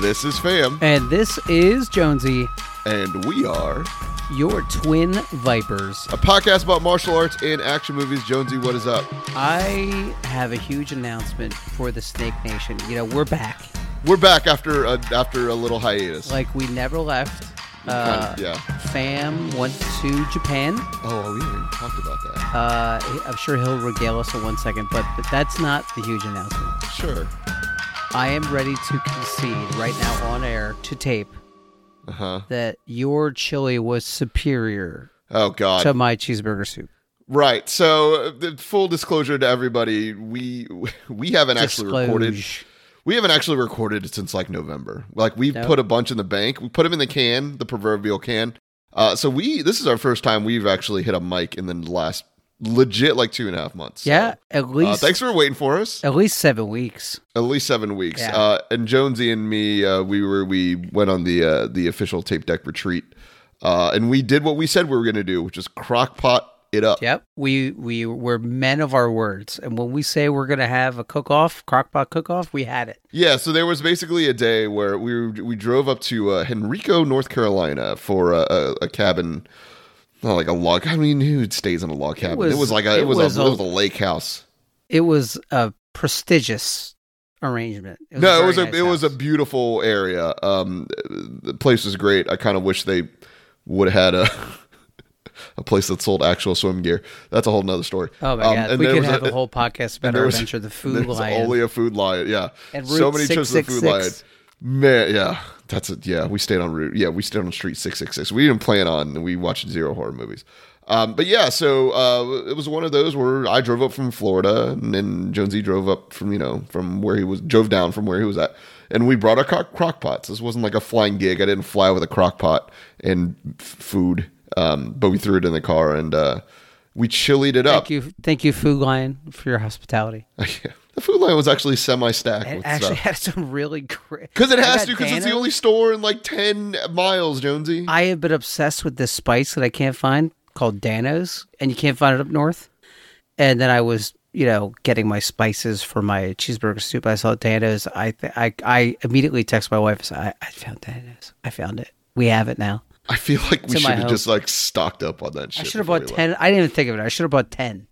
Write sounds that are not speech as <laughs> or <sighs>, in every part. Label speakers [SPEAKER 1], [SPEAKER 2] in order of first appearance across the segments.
[SPEAKER 1] This is Fam,
[SPEAKER 2] And this is Jonesy,
[SPEAKER 1] and we are
[SPEAKER 2] your twin vipers.
[SPEAKER 1] a podcast about martial arts and action movies. Jonesy, what is up?
[SPEAKER 2] I have a huge announcement for the Snake Nation. You know, we're back.
[SPEAKER 1] We're back after a, after a little hiatus.
[SPEAKER 2] Like we never left. Uh,
[SPEAKER 1] Kind of, yeah.
[SPEAKER 2] Fam went to Japan.
[SPEAKER 1] Oh, we haven't even talked about that.
[SPEAKER 2] Uh, I'm sure he'll regale us in one second, but that's not the huge announcement.
[SPEAKER 1] Sure.
[SPEAKER 2] I am ready to concede right now on air to tape
[SPEAKER 1] Uh huh.
[SPEAKER 2] that your chili was superior
[SPEAKER 1] Oh God.
[SPEAKER 2] to my cheeseburger soup.
[SPEAKER 1] right. So, uh, the full disclosure to everybody, we we haven't actually recorded.
[SPEAKER 2] Disclose.
[SPEAKER 1] We haven't actually recorded it since like November. Like we've
[SPEAKER 2] No.
[SPEAKER 1] put a bunch in the bank. We put them in the can, the proverbial can. Uh, so we this is our first time we've actually hit a mic in the last legit like two and a half months.
[SPEAKER 2] Yeah, at
[SPEAKER 1] Uh,
[SPEAKER 2] least
[SPEAKER 1] thanks for waiting for us.
[SPEAKER 2] at least seven weeks.
[SPEAKER 1] At least seven weeks.
[SPEAKER 2] Yeah.
[SPEAKER 1] Uh, and Jonesy and me, uh, we were we went on the uh, the official tape deck retreat, uh, and we did what we said we were going to do, which is crock pot it up.
[SPEAKER 2] Yep. We we were men of our words. And when we say we're gonna have a cook off, crockpot cook off, we had it.
[SPEAKER 1] Yeah, so there was basically a day where we were, we drove up to uh, Henrico, North Carolina, for a, a, a cabin, not like a log. I mean, who stays in a log cabin? It was,
[SPEAKER 2] was-
[SPEAKER 1] like a, it,
[SPEAKER 2] it
[SPEAKER 1] was,
[SPEAKER 2] was
[SPEAKER 1] a,
[SPEAKER 2] a-
[SPEAKER 1] it was a lake house.
[SPEAKER 2] It was a prestigious arrangement. It
[SPEAKER 1] No, it
[SPEAKER 2] very
[SPEAKER 1] was a
[SPEAKER 2] nice
[SPEAKER 1] it was a
[SPEAKER 2] house.
[SPEAKER 1] beautiful area. Um, the place was great. I kind of wish they would have had a a <laughs> place that sold actual swim gear. That's a whole nother story.
[SPEAKER 2] Oh my
[SPEAKER 1] Um,
[SPEAKER 2] god.
[SPEAKER 1] and
[SPEAKER 2] We
[SPEAKER 1] there
[SPEAKER 2] could
[SPEAKER 1] was
[SPEAKER 2] have a, whole podcast about
[SPEAKER 1] there
[SPEAKER 2] our
[SPEAKER 1] was-
[SPEAKER 2] adventure,
[SPEAKER 1] <laughs>
[SPEAKER 2] the
[SPEAKER 1] there
[SPEAKER 2] food
[SPEAKER 1] was
[SPEAKER 2] lion.
[SPEAKER 1] Only a food lion. Yeah.
[SPEAKER 2] And
[SPEAKER 1] so
[SPEAKER 2] Route
[SPEAKER 1] many trips with food lion.
[SPEAKER 2] 666.
[SPEAKER 1] Man, yeah, that's a yeah. We stayed on route. Yeah, we stayed on street six six six. We didn't plan on. We watched zero horror movies. Um, but yeah, so uh, it was one of those where I drove up from Florida, and then Jonesy drove up from you know from where he was drove down from where he was at, and we brought our crock, crock pots. This wasn't like a flying gig. I didn't fly with a crock pot and f- food, um, but we threw it in the car and uh, we chillied it up.
[SPEAKER 2] Thank you thank you, Food Lion, for your hospitality.
[SPEAKER 1] Yeah. <laughs> The food line was actually semi-stacked
[SPEAKER 2] It
[SPEAKER 1] with
[SPEAKER 2] actually <laughs>
[SPEAKER 1] stuff.
[SPEAKER 2] had some really great
[SPEAKER 1] Because it
[SPEAKER 2] I
[SPEAKER 1] has
[SPEAKER 2] got
[SPEAKER 1] to, because it's the
[SPEAKER 2] Dano's.
[SPEAKER 1] only store in like 10 miles, Jonesy.
[SPEAKER 2] I have been obsessed with this spice that I can't find called Dano's, and you can't find it up north. And then I was, you know, getting my spices for my cheeseburger soup. I saw Dano's. I th- I I immediately text my wife. I, said, I I found Dano's. I found it. We have it now.
[SPEAKER 1] I feel like we
[SPEAKER 2] to
[SPEAKER 1] should
[SPEAKER 2] my
[SPEAKER 1] have
[SPEAKER 2] home.
[SPEAKER 1] just like stocked up on that shit.
[SPEAKER 2] I should have
[SPEAKER 1] before
[SPEAKER 2] bought
[SPEAKER 1] we left.
[SPEAKER 2] ten. I didn't even think of it. I should have bought ten.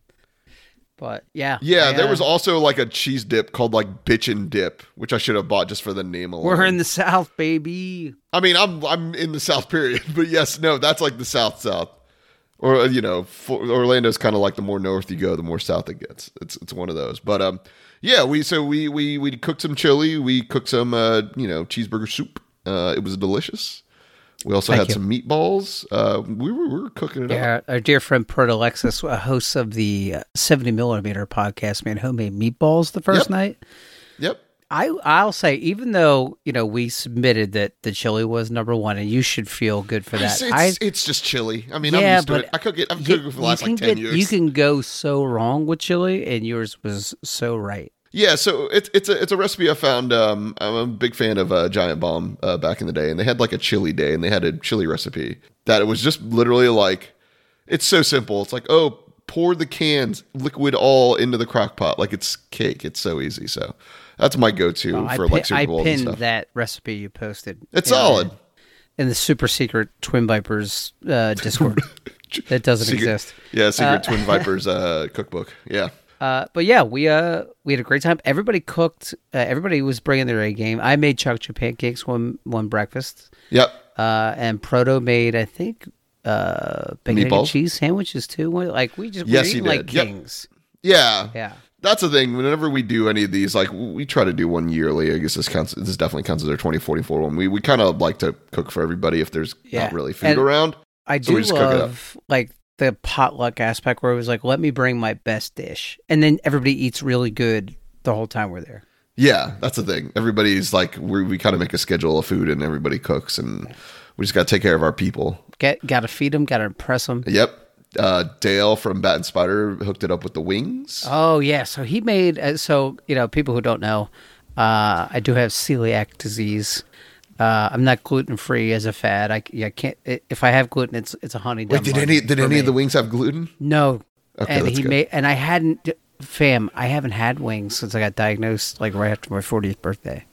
[SPEAKER 2] But yeah,
[SPEAKER 1] Yeah,
[SPEAKER 2] I,
[SPEAKER 1] there
[SPEAKER 2] uh,
[SPEAKER 1] was also like a cheese dip called like Bitchin' Dip, which I should have bought just for the name alone.
[SPEAKER 2] We're in the South, baby.
[SPEAKER 1] I mean, I'm I'm in the South period, <laughs> but yes, no, that's like the South South, or uh, you know, for, Orlando's kind of like the more north you go, the more south it gets. It's it's one of those. But um, yeah, we so we we we cooked some chili, we cooked some uh, you know cheeseburger soup. Uh, it was delicious. We also
[SPEAKER 2] Thank
[SPEAKER 1] had
[SPEAKER 2] you.
[SPEAKER 1] some meatballs. Uh, we were we were cooking it up.
[SPEAKER 2] Our, our dear friend Pert Alexis, a host of the uh, 70 millimeter podcast, made homemade meatballs the first
[SPEAKER 1] Yep.
[SPEAKER 2] night.
[SPEAKER 1] Yep.
[SPEAKER 2] I I'll say even though you know we submitted that the chili was number one and you should feel good for that.
[SPEAKER 1] It's, it's,
[SPEAKER 2] I
[SPEAKER 1] it's just chili. I mean, I'm
[SPEAKER 2] Yeah,
[SPEAKER 1] used to
[SPEAKER 2] but
[SPEAKER 1] it. I cook it. I've
[SPEAKER 2] you,
[SPEAKER 1] cooked it for the
[SPEAKER 2] you
[SPEAKER 1] last
[SPEAKER 2] can
[SPEAKER 1] like ten
[SPEAKER 2] get-
[SPEAKER 1] years.
[SPEAKER 2] you can go so wrong with chili and yours was so right.
[SPEAKER 1] Yeah, so it's it's a it's a recipe I found. Um, I'm a big fan of uh, Giant Bomb uh, back in the day, and they had like a chili day, and they had a chili recipe that it was just literally like, it's so simple. It's like oh, pour the cans liquid all into the crock pot, like it's cake. It's so easy. So that's my go-to
[SPEAKER 2] I,
[SPEAKER 1] for
[SPEAKER 2] pi-
[SPEAKER 1] like Super
[SPEAKER 2] I
[SPEAKER 1] Bowls and
[SPEAKER 2] pinned
[SPEAKER 1] stuff.
[SPEAKER 2] that recipe you posted.
[SPEAKER 1] It's
[SPEAKER 2] in-
[SPEAKER 1] solid.
[SPEAKER 2] in the super secret Twin Vipers
[SPEAKER 1] <laughs>
[SPEAKER 2] uh, Discord that doesn't
[SPEAKER 1] Secret-
[SPEAKER 2] exist.
[SPEAKER 1] Yeah, Secret
[SPEAKER 2] <laughs>
[SPEAKER 1] Twin Vipers uh, cookbook. Yeah.
[SPEAKER 2] Uh, but yeah, we uh we had a great time. Everybody cooked. Uh, everybody was bringing their A game. I made chocolate chip pancakes one one breakfast.
[SPEAKER 1] Yep.
[SPEAKER 2] uh, and Proto made I think uh, bacon egg, and
[SPEAKER 1] Meatballs?
[SPEAKER 2] cheese sandwiches too. We're- Like we just
[SPEAKER 1] Yes, he
[SPEAKER 2] we're eating like
[SPEAKER 1] did. Yep.
[SPEAKER 2] kings.
[SPEAKER 1] Yeah.
[SPEAKER 2] Yeah.
[SPEAKER 1] That's the thing. Whenever we do any of these, like we try to do one yearly. I guess this counts. This definitely counts as our 2044 one. We we kind of like to cook for everybody if there's
[SPEAKER 2] Yeah.
[SPEAKER 1] not really food
[SPEAKER 2] And-
[SPEAKER 1] around.
[SPEAKER 2] I
[SPEAKER 1] So we
[SPEAKER 2] do
[SPEAKER 1] just cook it up.
[SPEAKER 2] love like the potluck aspect where it was like, let me bring my best dish, and then everybody eats really good the whole time we're there.
[SPEAKER 1] Yeah, that's the thing. Everybody's like we we kind of make a schedule of food and everybody cooks and we just got to take care of our people.
[SPEAKER 2] Get gotta feed them, gotta impress them.
[SPEAKER 1] Yep. Uh, Dale from Bat and Spider hooked it up with the wings.
[SPEAKER 2] Oh yeah, so he made uh, so you know people who don't know, uh, I do have celiac disease. Uh, I'm not gluten free as a fad. I, yeah, I can't. If I have gluten, it's it's a honey.
[SPEAKER 1] Wait, did any did any of the wings have gluten?
[SPEAKER 2] No.
[SPEAKER 1] Okay,
[SPEAKER 2] and
[SPEAKER 1] that's
[SPEAKER 2] he
[SPEAKER 1] good.
[SPEAKER 2] made and I hadn't fam, I haven't had wings since I got diagnosed like right after my 40th birthday.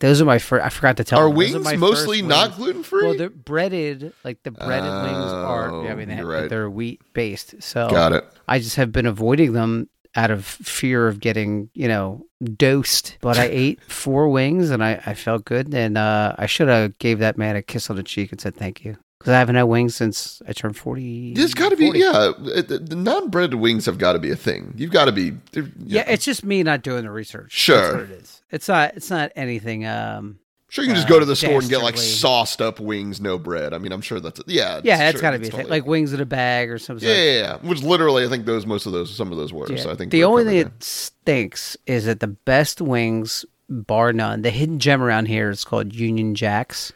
[SPEAKER 2] Those are my first. I forgot to tell.
[SPEAKER 1] Are
[SPEAKER 2] them. Those
[SPEAKER 1] wings
[SPEAKER 2] are my
[SPEAKER 1] mostly
[SPEAKER 2] first
[SPEAKER 1] not
[SPEAKER 2] wings.
[SPEAKER 1] gluten free?
[SPEAKER 2] Well, they're breaded. Like the breaded wings are. I mean,
[SPEAKER 1] Oh,
[SPEAKER 2] they,
[SPEAKER 1] you're right.
[SPEAKER 2] they're wheat based. So
[SPEAKER 1] Got it.
[SPEAKER 2] I just have been avoiding them out of fear of getting, you know, dosed.
[SPEAKER 1] <laughs>
[SPEAKER 2] But I ate four wings and I, I felt good. And uh, I should have gave that man a kiss on the cheek and said thank you because I haven't had wings since I turned forty.
[SPEAKER 1] There's got to be
[SPEAKER 2] 40.
[SPEAKER 1] yeah. it- The, the non-breaded wings have got to be a thing. You've got to be uh, they're-
[SPEAKER 2] Yeah, it's just me not doing the research.
[SPEAKER 1] Sure.
[SPEAKER 2] That's what it is. It's not. It's not anything. Um.
[SPEAKER 1] Sure, you can just
[SPEAKER 2] uh,
[SPEAKER 1] go to the store and get like
[SPEAKER 2] dastardly.
[SPEAKER 1] sauced up wings, no bread. I mean, I'm sure that's yeah.
[SPEAKER 2] Yeah, that's
[SPEAKER 1] sure,
[SPEAKER 2] got to be
[SPEAKER 1] it's
[SPEAKER 2] a thing.
[SPEAKER 1] totally-
[SPEAKER 2] like wings in a bag or something.
[SPEAKER 1] yeah, yeah, yeah, which literally I think those most of those some of those were.
[SPEAKER 2] Yeah.
[SPEAKER 1] So I think
[SPEAKER 2] the
[SPEAKER 1] we're
[SPEAKER 2] only
[SPEAKER 1] covered
[SPEAKER 2] thing
[SPEAKER 1] there.
[SPEAKER 2] that stinks is that the best wings, bar none, the hidden gem around here is called Union Jacks.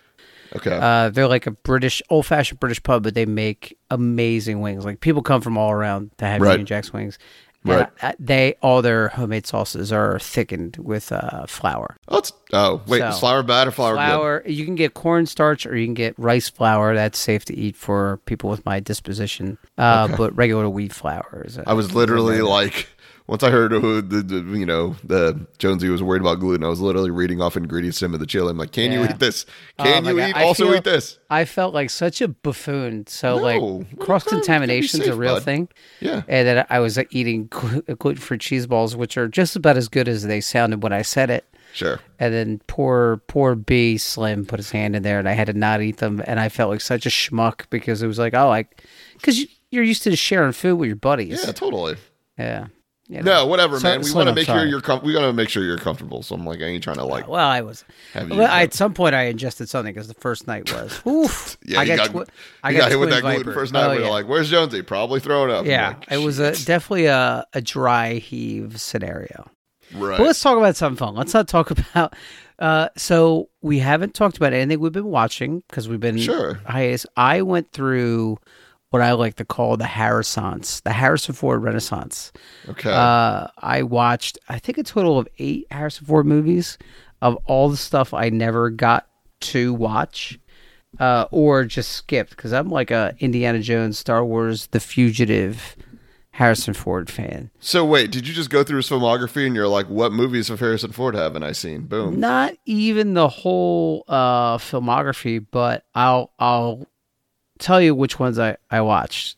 [SPEAKER 1] okay,
[SPEAKER 2] Uh, they're like a British, old fashioned British pub, but they make amazing wings. Like people come from all around to have
[SPEAKER 1] Right.
[SPEAKER 2] Union Jack's wings. And
[SPEAKER 1] Right.
[SPEAKER 2] I- I- they all their homemade sauces are thickened with uh, flour.
[SPEAKER 1] oh, it's, oh wait,
[SPEAKER 2] so-
[SPEAKER 1] is flour bad or flour, good?
[SPEAKER 2] Flour. You can get cornstarch or you can get rice flour. That's safe to eat for people with my disposition. Uh, But regular wheat flour is.
[SPEAKER 1] I was literally like, once I heard who the, the you know the Jonesy was worried about gluten, I was literally reading off ingredients to him of the chili. I'm like, can you
[SPEAKER 2] Yeah.
[SPEAKER 1] eat this?
[SPEAKER 2] Oh
[SPEAKER 1] Can
[SPEAKER 2] my
[SPEAKER 1] you
[SPEAKER 2] God.
[SPEAKER 1] eat
[SPEAKER 2] I
[SPEAKER 1] also
[SPEAKER 2] feel-
[SPEAKER 1] eat this?
[SPEAKER 2] I felt like such a buffoon. So
[SPEAKER 1] No, what are you
[SPEAKER 2] like
[SPEAKER 1] talking-
[SPEAKER 2] cross contamination's
[SPEAKER 1] be
[SPEAKER 2] a
[SPEAKER 1] safe,
[SPEAKER 2] real
[SPEAKER 1] bud.
[SPEAKER 2] thing,
[SPEAKER 1] Yeah,
[SPEAKER 2] and then I was like, eating gluten free cheese balls, which are just about as good as they sounded when I said it.
[SPEAKER 1] sure.
[SPEAKER 2] And then poor poor B Slim put his hand in there, and I had to not eat them, and I felt like such a schmuck because it was like oh like because you, you're used to sharing food with your buddies.
[SPEAKER 1] Yeah, totally.
[SPEAKER 2] Yeah. You know.
[SPEAKER 1] No, whatever,
[SPEAKER 2] So-
[SPEAKER 1] man. We
[SPEAKER 2] so
[SPEAKER 1] want to
[SPEAKER 2] I'm
[SPEAKER 1] make sure
[SPEAKER 2] sorry.
[SPEAKER 1] you're com- we gotta make sure you're comfortable. So I'm like, I ain't trying to like
[SPEAKER 2] Well, I was.
[SPEAKER 1] have you.
[SPEAKER 2] Well, I, at some point, I ingested something because the first night
[SPEAKER 1] <laughs>
[SPEAKER 2] was. Oof.
[SPEAKER 1] yeah,
[SPEAKER 2] I
[SPEAKER 1] you
[SPEAKER 2] got,
[SPEAKER 1] got,
[SPEAKER 2] twi- I
[SPEAKER 1] you got, hit with
[SPEAKER 2] twin
[SPEAKER 1] that gluten
[SPEAKER 2] viper.
[SPEAKER 1] first night.
[SPEAKER 2] Oh,
[SPEAKER 1] we
[SPEAKER 2] yeah.
[SPEAKER 1] are like, "Where's Jonesy? Probably throwing up." I'm
[SPEAKER 2] Yeah,
[SPEAKER 1] like,
[SPEAKER 2] it was a definitely a, a dry heave scenario.
[SPEAKER 1] right.
[SPEAKER 2] But let's talk about something fun. Let's not talk <laughs> about. Uh, so we haven't talked about anything we've been watching because we've been
[SPEAKER 1] Sure.
[SPEAKER 2] hiatus. I went through what I like to call the Harrisons, the Harrison Ford Renaissance.
[SPEAKER 1] okay.
[SPEAKER 2] Uh, I watched, I think, a total of eight Harrison Ford movies of all the stuff I never got to watch uh, or just skipped because I'm like a Indiana Jones, Star Wars, The Fugitive, Harrison Ford fan.
[SPEAKER 1] so wait, did you just go through his filmography and you're like, "What movies of Harrison Ford haven't I seen?" Boom.
[SPEAKER 2] Not even the whole uh, filmography, but I'll I'll tell you which ones I I watched,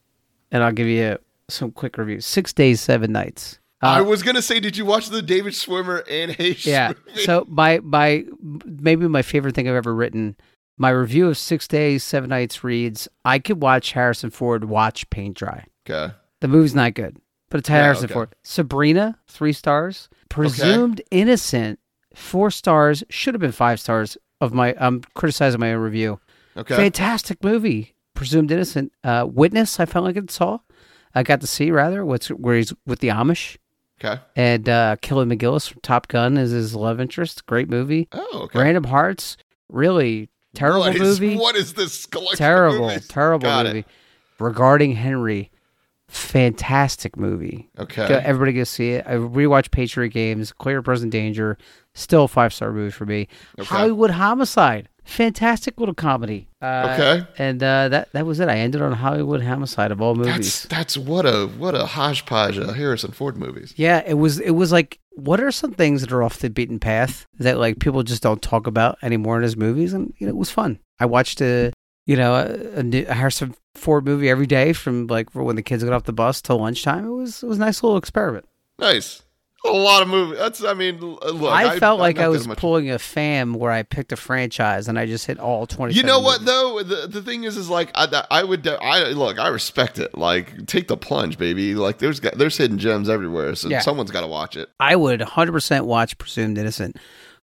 [SPEAKER 2] and I'll give you some quick reviews. Six days, seven nights. Uh,
[SPEAKER 1] I was gonna say, did you watch the David Schwimmer and <laughs> Hayes?
[SPEAKER 2] yeah. So my my maybe my favorite thing I've ever written. My review of Six Days, Seven Nights reads: I could watch Harrison Ford watch paint dry.
[SPEAKER 1] Okay.
[SPEAKER 2] The movie's not good, but it's Harrison
[SPEAKER 1] okay.
[SPEAKER 2] Ford. Sabrina, three stars. Presumed Innocent, four stars. Should have been five stars. Of my, I'm criticizing my own review.
[SPEAKER 1] Okay.
[SPEAKER 2] Fantastic movie. Presumed Innocent. Uh, Witness, I felt like it saw. I got to see rather what's where he's with the Amish.
[SPEAKER 1] okay.
[SPEAKER 2] And uh, Killing McGillis from Top Gun is his love interest. Great movie.
[SPEAKER 1] Oh, okay.
[SPEAKER 2] Random Hearts, really terrible
[SPEAKER 1] What is-
[SPEAKER 2] movie.
[SPEAKER 1] What is this collection? of
[SPEAKER 2] terrible,
[SPEAKER 1] movies?
[SPEAKER 2] terrible
[SPEAKER 1] Got it.
[SPEAKER 2] movie. Regarding Henry, fantastic movie.
[SPEAKER 1] Okay.
[SPEAKER 2] Go- everybody go see it. I rewatched Patriot Games, Clear Present Danger, still a five star movie for me.
[SPEAKER 1] Okay.
[SPEAKER 2] Hollywood Homicide, fantastic little comedy. Uh,
[SPEAKER 1] Okay.
[SPEAKER 2] and uh, that that was it. I ended on Hollywood Homicide of all movies.
[SPEAKER 1] That's that's what a what a hodgepodge of Harrison Ford movies.
[SPEAKER 2] Yeah, it was it was like what are some things that are off the beaten path that like people just don't talk about anymore in his movies and you know, it was fun. I watched a you know a, a new a Harrison Ford movie every day from like when the kids got off the bus till lunchtime. It was it was a nice little experiment.
[SPEAKER 1] Nice. A lot of movies. That's I mean, l- uh, look,
[SPEAKER 2] I felt
[SPEAKER 1] I'm
[SPEAKER 2] like
[SPEAKER 1] not
[SPEAKER 2] I
[SPEAKER 1] that
[SPEAKER 2] was
[SPEAKER 1] much-
[SPEAKER 2] pulling a fam where I picked a franchise and I just hit all twenty.
[SPEAKER 1] You know what though? The the thing is, is like I, I would de- I look. I respect it. Like take the plunge, baby. Like there's got- there's hidden gems everywhere. So
[SPEAKER 2] Yeah.
[SPEAKER 1] someone's got to watch it.
[SPEAKER 2] I would 100% watch Presumed Innocent.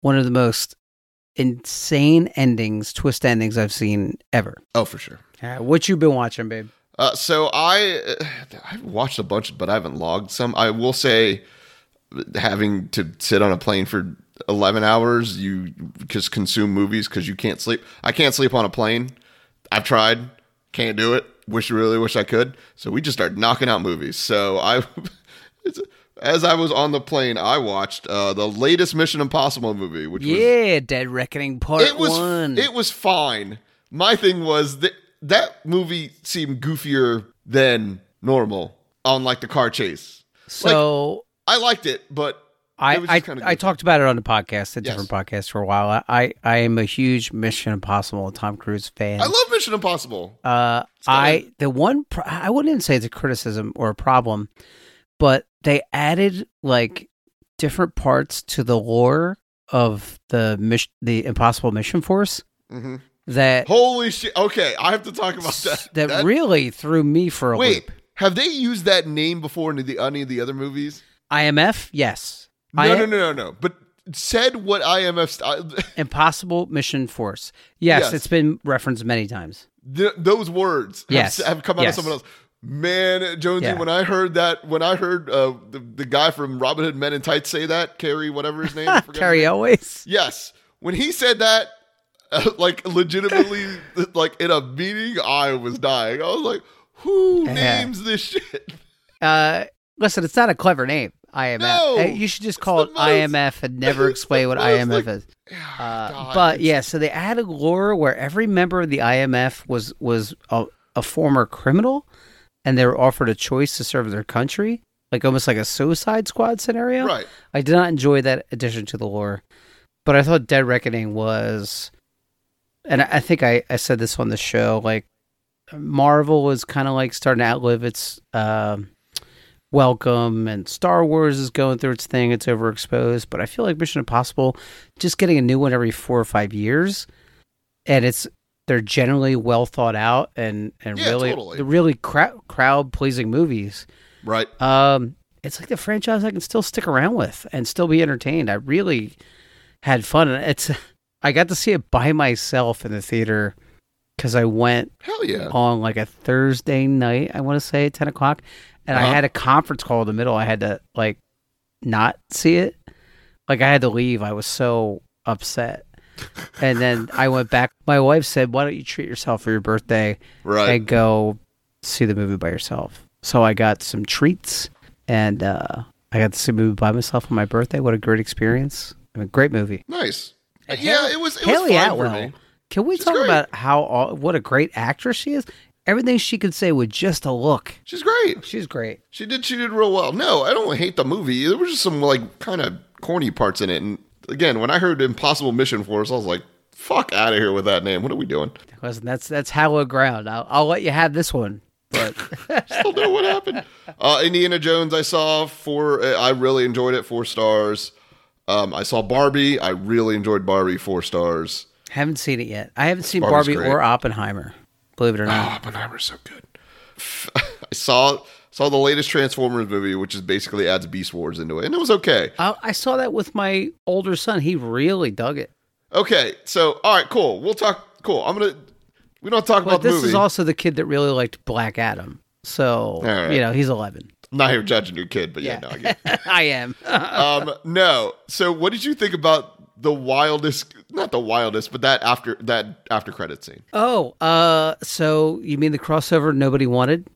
[SPEAKER 2] One of the most insane endings, twist endings I've seen ever.
[SPEAKER 1] Oh, for sure.
[SPEAKER 2] All right, what you been watching, babe?
[SPEAKER 1] Uh, so I uh, I've watched a bunch, but I haven't logged some. I will say, having to sit on a plane for eleven hours, you just consume movies because you can't sleep. I can't sleep on a plane. I've tried, can't do it. Wish really wish I could. So we just started knocking out movies. So I. <laughs> it's- As I was on the plane, I watched uh, the latest Mission Impossible movie, which was
[SPEAKER 2] Yeah, Dead Reckoning Part
[SPEAKER 1] it was
[SPEAKER 2] One.
[SPEAKER 1] it was fine. My thing was that that movie seemed goofier than normal on like the car chase.
[SPEAKER 2] so
[SPEAKER 1] I liked it, but
[SPEAKER 2] I
[SPEAKER 1] It was
[SPEAKER 2] I,
[SPEAKER 1] just kinda
[SPEAKER 2] I
[SPEAKER 1] goofy.
[SPEAKER 2] talked about it on the podcast, a
[SPEAKER 1] Yes.
[SPEAKER 2] different podcast for a while. I, I, I am a huge Mission Impossible and Tom Cruise fan.
[SPEAKER 1] I love Mission Impossible.
[SPEAKER 2] Uh,
[SPEAKER 1] kinda-
[SPEAKER 2] I the one pro- I wouldn't even say it's a criticism or a problem, but they added like different parts to the lore of the mission, the Impossible Mission Force
[SPEAKER 1] hmm
[SPEAKER 2] that
[SPEAKER 1] Holy shit! Okay, I have to talk about that.
[SPEAKER 2] that, really threw me for a
[SPEAKER 1] wait,
[SPEAKER 2] loop.
[SPEAKER 1] have they used that name before in the any of the other movies?
[SPEAKER 2] IMF, yes,
[SPEAKER 1] No,
[SPEAKER 2] I-
[SPEAKER 1] no, no, no, no. But said what IMF? St-
[SPEAKER 2] Impossible Mission Force, yes,
[SPEAKER 1] Yes.
[SPEAKER 2] it's been referenced many times.
[SPEAKER 1] th- those words have
[SPEAKER 2] Yes.
[SPEAKER 1] s- have, come out
[SPEAKER 2] Yes.
[SPEAKER 1] of someone else. Man, Jonesy,
[SPEAKER 2] Yeah.
[SPEAKER 1] when I heard that, when I heard uh, the, the guy from Robin Hood Men in Tights say that, Carrie, whatever his
[SPEAKER 2] <laughs>
[SPEAKER 1] name, I forget his name.
[SPEAKER 2] Carrie always,
[SPEAKER 1] Yes, when he said that, uh, <laughs> like
[SPEAKER 2] <laughs>
[SPEAKER 1] legitimately, like in a meeting, I was dying. I was like, "Who
[SPEAKER 2] Yeah.
[SPEAKER 1] names this shit?" <laughs>
[SPEAKER 2] uh, listen, it's not a clever name. IMF.
[SPEAKER 1] No!
[SPEAKER 2] Uh, you should just call
[SPEAKER 1] the
[SPEAKER 2] it
[SPEAKER 1] most-
[SPEAKER 2] IMF and
[SPEAKER 1] <laughs> it's the
[SPEAKER 2] never explain what
[SPEAKER 1] most,
[SPEAKER 2] IMF
[SPEAKER 1] like,
[SPEAKER 2] is. Uh,
[SPEAKER 1] God,
[SPEAKER 2] but
[SPEAKER 1] it's-
[SPEAKER 2] yeah, so they added lore where every member of the IMF was was a, a former criminal, and they were offered a choice to serve their country, like almost like a Suicide Squad scenario.
[SPEAKER 1] right.
[SPEAKER 2] I did not enjoy that addition to the lore, but I thought Dead Reckoning was, and I I think I, I said this on the show, like Marvel was kind of like starting to outlive its um, welcome, and Star Wars is going through its thing, it's overexposed, but I feel like Mission Impossible, just getting a new one every four or five years, and it's they're generally well thought out and and
[SPEAKER 1] Yeah,
[SPEAKER 2] really
[SPEAKER 1] totally.
[SPEAKER 2] they're really crowd crowd pleasing movies
[SPEAKER 1] Right.
[SPEAKER 2] um, it's like the franchise I can still stick around with and still be entertained. I really had fun. And It's I got to see it by myself in the theater because I went
[SPEAKER 1] Hell yeah.
[SPEAKER 2] on like a Thursday night. I want to say at ten o'clock, and I
[SPEAKER 1] Uh-huh.
[SPEAKER 2] had a conference call in the middle. I had to like not see it. Like I had to leave. I was so
[SPEAKER 1] <laughs>
[SPEAKER 2] upset. and then I went back. My wife said, "Why don't you treat yourself for your birthday?"
[SPEAKER 1] Right.
[SPEAKER 2] and go see the movie by yourself. So I got some treats and uh, I got to see the movie by myself on my birthday. What a great experience! I mean, great movie.
[SPEAKER 1] nice.
[SPEAKER 2] And
[SPEAKER 1] yeah,
[SPEAKER 2] Haley-
[SPEAKER 1] it was. It was
[SPEAKER 2] Haley
[SPEAKER 1] fine
[SPEAKER 2] Atwell.
[SPEAKER 1] for me.
[SPEAKER 2] Can we
[SPEAKER 1] She's
[SPEAKER 2] talk
[SPEAKER 1] great.
[SPEAKER 2] about how aw- what a great actress she is? Everything she could say with just a look.
[SPEAKER 1] She's great.
[SPEAKER 2] She's great.
[SPEAKER 1] She did. She did real well. No, I don't hate the movie. There were just some like kind of corny parts in it. And again, when I heard Impossible Mission Force, I was like, "Fuck out of here with that name. What are we doing?"
[SPEAKER 2] Listen, that's that's hallowed ground. I'll, I'll let you have this one.
[SPEAKER 1] <laughs>
[SPEAKER 2] But
[SPEAKER 1] still know what happened.
[SPEAKER 2] <laughs>
[SPEAKER 1] Uh, Indiana Jones, I saw four. uh, I really enjoyed it. Four stars. Um, I saw Barbie. I really enjoyed Barbie. Four stars.
[SPEAKER 2] haven't seen it yet. I haven't seen
[SPEAKER 1] Barbie's
[SPEAKER 2] Barbie
[SPEAKER 1] great.
[SPEAKER 2] or Oppenheimer. Believe it
[SPEAKER 1] <gasps>
[SPEAKER 2] or not.
[SPEAKER 1] Oh, Oppenheimer's so good. I saw saw the latest Transformers movie, which is basically adds Beast Wars into it, and it was okay.
[SPEAKER 2] I, I saw that with my older son. He really dug it.
[SPEAKER 1] Okay, so all right, cool. We'll talk. Cool. I'm gonna. We don't talk
[SPEAKER 2] But
[SPEAKER 1] about the
[SPEAKER 2] this
[SPEAKER 1] movie.
[SPEAKER 2] is also the kid that really liked Black Adam. So,
[SPEAKER 1] right.
[SPEAKER 2] you know, he's 11.
[SPEAKER 1] I'm not here judging your kid, but yeah, no, I get it.
[SPEAKER 2] <laughs> I am.
[SPEAKER 1] um, no. So, what did you think about the wildest? Not the wildest, but that after that after credit scene.
[SPEAKER 2] oh, uh, so you mean the crossover nobody wanted?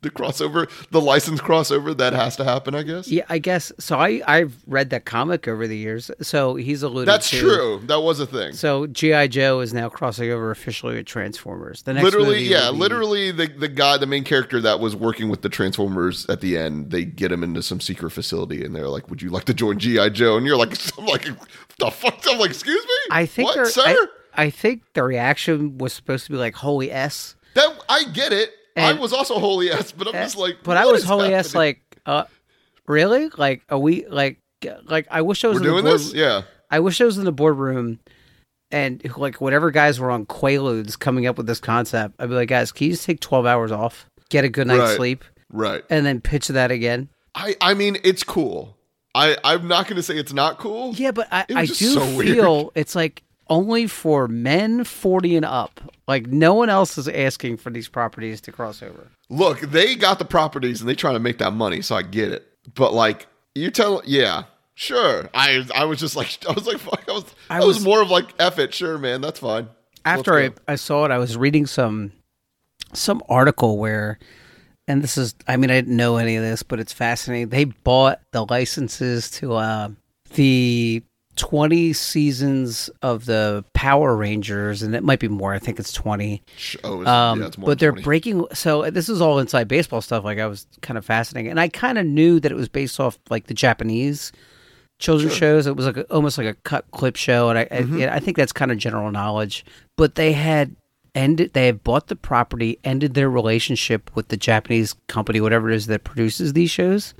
[SPEAKER 1] the crossover, the license crossover that has to happen, I guess.
[SPEAKER 2] Yeah, I guess. So I, I've read that comic over the years. So he's alluded
[SPEAKER 1] That's
[SPEAKER 2] to.
[SPEAKER 1] true. That was a thing.
[SPEAKER 2] So G.I. Joe is now crossing over officially with Transformers. The next
[SPEAKER 1] literally,
[SPEAKER 2] movie
[SPEAKER 1] yeah,
[SPEAKER 2] will be-
[SPEAKER 1] literally the the guy, the main character that was working with the Transformers at the end, they get him into some secret facility and they're like, "Would you like to join GI Joe?" And you're like, <laughs> "I'm like, the fuck?" I'm like, "Excuse me."
[SPEAKER 2] I think
[SPEAKER 1] what,
[SPEAKER 2] their-
[SPEAKER 1] sir?
[SPEAKER 2] I, I think the reaction was supposed to be like, holy S.
[SPEAKER 1] that I get it. I
[SPEAKER 2] And- eh,
[SPEAKER 1] was also holy ass, but I'm just like,
[SPEAKER 2] But I
[SPEAKER 1] what
[SPEAKER 2] was
[SPEAKER 1] is
[SPEAKER 2] holy S
[SPEAKER 1] happening?
[SPEAKER 2] like, uh, really? Like, are we like, like I wish I was
[SPEAKER 1] we're
[SPEAKER 2] in the
[SPEAKER 1] doing
[SPEAKER 2] board-
[SPEAKER 1] this, yeah.
[SPEAKER 2] I wish I was in the boardroom and like whatever guys were on Quaaludes coming up with this concept, I'd be like, guys, can you just take 12 hours off, get a good night's
[SPEAKER 1] Right.
[SPEAKER 2] sleep,
[SPEAKER 1] Right.
[SPEAKER 2] and then pitch that again?
[SPEAKER 1] I I mean, it's cool. I I'm not going to say it's not cool.
[SPEAKER 2] Yeah, but I,
[SPEAKER 1] It was
[SPEAKER 2] I
[SPEAKER 1] just
[SPEAKER 2] do
[SPEAKER 1] so weird.
[SPEAKER 2] feel it's like only for men 40 and up. Like no one else is asking for these properties to cross over.
[SPEAKER 1] look, they got the properties and they trying to make that money, so I get it. But like you tell, yeah, sure. I I was just like <laughs> I was like fuck. I was I,
[SPEAKER 2] I
[SPEAKER 1] was,
[SPEAKER 2] was-
[SPEAKER 1] more of like F it, sure, man, that's fine.
[SPEAKER 2] after I,
[SPEAKER 1] Let's
[SPEAKER 2] I saw it, I was reading some some article where, and this is I mean I didn't know any of this, but it's fascinating. They bought the licenses to uh, the twenty seasons of the Power Rangers, and it might be more. I think it's twenty.
[SPEAKER 1] go. Sh- Oh, it's,
[SPEAKER 2] Um,
[SPEAKER 1] yeah, it's more
[SPEAKER 2] but they're
[SPEAKER 1] than 20.
[SPEAKER 2] breaking. So this is all inside baseball stuff. Like I was kind of fascinating, and I kind of knew that it was based off like the Japanese children's shows. It was like a, almost like a cut clip show, and I
[SPEAKER 1] Mm-hmm.
[SPEAKER 2] I, yeah, I think that's kind of general knowledge. But they had ended they had bought the property, ended their relationship with the Japanese company, whatever it is that produces these shows,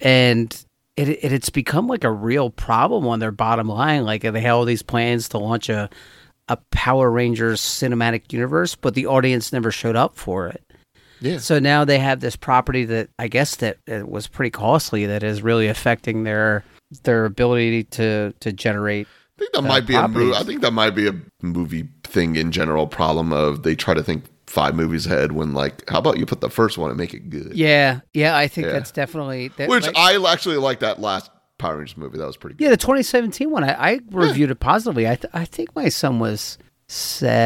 [SPEAKER 2] and. It, it, it's become like a real problem on their bottom line. Like they had all these plans to launch a a Power Rangers cinematic universe, but the audience never showed up for it.
[SPEAKER 1] Yeah.
[SPEAKER 2] So now they have this property that I guess that it was pretty costly that is really affecting their their ability to to generate.
[SPEAKER 1] I think that might be a movie.
[SPEAKER 2] uh, properties.
[SPEAKER 1] I think that might be a movie thing in general. Problem of they try to think five movies ahead when like, how about you put the first one and make it good?
[SPEAKER 2] Yeah, yeah, I think
[SPEAKER 1] Yeah.
[SPEAKER 2] that's definitely that,
[SPEAKER 1] Which
[SPEAKER 2] like-
[SPEAKER 1] I actually like that last Power Rangers movie. That was pretty good.
[SPEAKER 2] yeah, the 2017 one I, I reviewed it positively. I th- I think my son was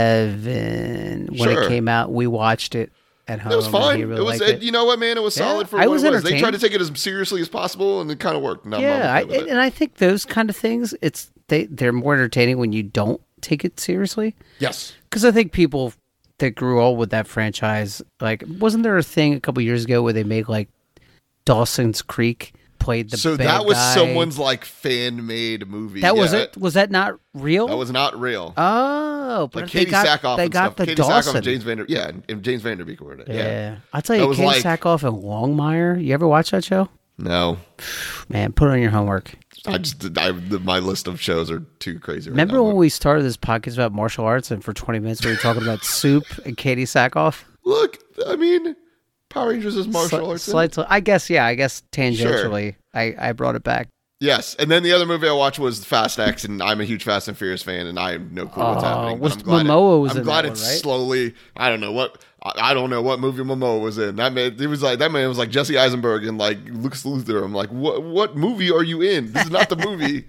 [SPEAKER 2] seven when
[SPEAKER 1] Sure.
[SPEAKER 2] it came out. We watched it at home.
[SPEAKER 1] It was
[SPEAKER 2] and
[SPEAKER 1] fine.
[SPEAKER 2] he really
[SPEAKER 1] it was,
[SPEAKER 2] liked
[SPEAKER 1] it- you know what, man? It was
[SPEAKER 2] Yeah,
[SPEAKER 1] solid for what
[SPEAKER 2] I was
[SPEAKER 1] it was. They tried
[SPEAKER 2] entertained.
[SPEAKER 1] to take it as seriously as possible, and it kind of worked. And I'm
[SPEAKER 2] yeah, I,
[SPEAKER 1] okay with it.
[SPEAKER 2] and I think those kind of things it's they they're more entertaining when you don't take it seriously.
[SPEAKER 1] yes,
[SPEAKER 2] because I think people that grew old with that franchise, like, wasn't there a thing a couple years ago where they made like Dawson's Creek played the
[SPEAKER 1] so
[SPEAKER 2] bad
[SPEAKER 1] that was
[SPEAKER 2] guy?
[SPEAKER 1] someone's like fan made movie.
[SPEAKER 2] that was
[SPEAKER 1] Yeah,
[SPEAKER 2] it. Was that not real?
[SPEAKER 1] That was not real.
[SPEAKER 2] oh, but
[SPEAKER 1] like
[SPEAKER 2] they
[SPEAKER 1] Katie
[SPEAKER 2] got
[SPEAKER 1] Sackhoff.
[SPEAKER 2] they
[SPEAKER 1] and
[SPEAKER 2] got
[SPEAKER 1] stuff.
[SPEAKER 2] the
[SPEAKER 1] Katie Sackhoff
[SPEAKER 2] Dawson.
[SPEAKER 1] and James Vander. Yeah, and, and James Vanderbeek were in it.
[SPEAKER 2] yeah.
[SPEAKER 1] Yeah.
[SPEAKER 2] I'll tell you,
[SPEAKER 1] That was
[SPEAKER 2] Katie
[SPEAKER 1] like-
[SPEAKER 2] Sackhoff and Longmire. You ever watch that show?
[SPEAKER 1] No,
[SPEAKER 2] Man, put it on your homework.
[SPEAKER 1] I just I, my list of shows are too crazy. Right
[SPEAKER 2] Remember
[SPEAKER 1] now,
[SPEAKER 2] when
[SPEAKER 1] but-
[SPEAKER 2] we started this podcast about martial arts, and for twenty minutes we were talking <laughs> about soup and Katie Sackhoff?
[SPEAKER 1] Look, I mean, Power Rangers is martial
[SPEAKER 2] Sli-
[SPEAKER 1] arts.
[SPEAKER 2] slight- I guess, yeah, I guess tangentially, I, I brought it back.
[SPEAKER 1] Yes, and then the other movie I watched was Fast X, and I'm a huge Fast and Furious fan, and I have no clue what's
[SPEAKER 2] Oh,
[SPEAKER 1] happening. but
[SPEAKER 2] was
[SPEAKER 1] I'm glad
[SPEAKER 2] Momoa was
[SPEAKER 1] I'm
[SPEAKER 2] in
[SPEAKER 1] glad
[SPEAKER 2] that
[SPEAKER 1] it's
[SPEAKER 2] one, right?
[SPEAKER 1] slowly. I don't know what I, I don't know what movie Momoa was in. That man, it was like that man was like Jesse Eisenberg and like Lucas Luthor. I'm like, what what movie are you in? This is not the
[SPEAKER 2] <laughs>
[SPEAKER 1] movie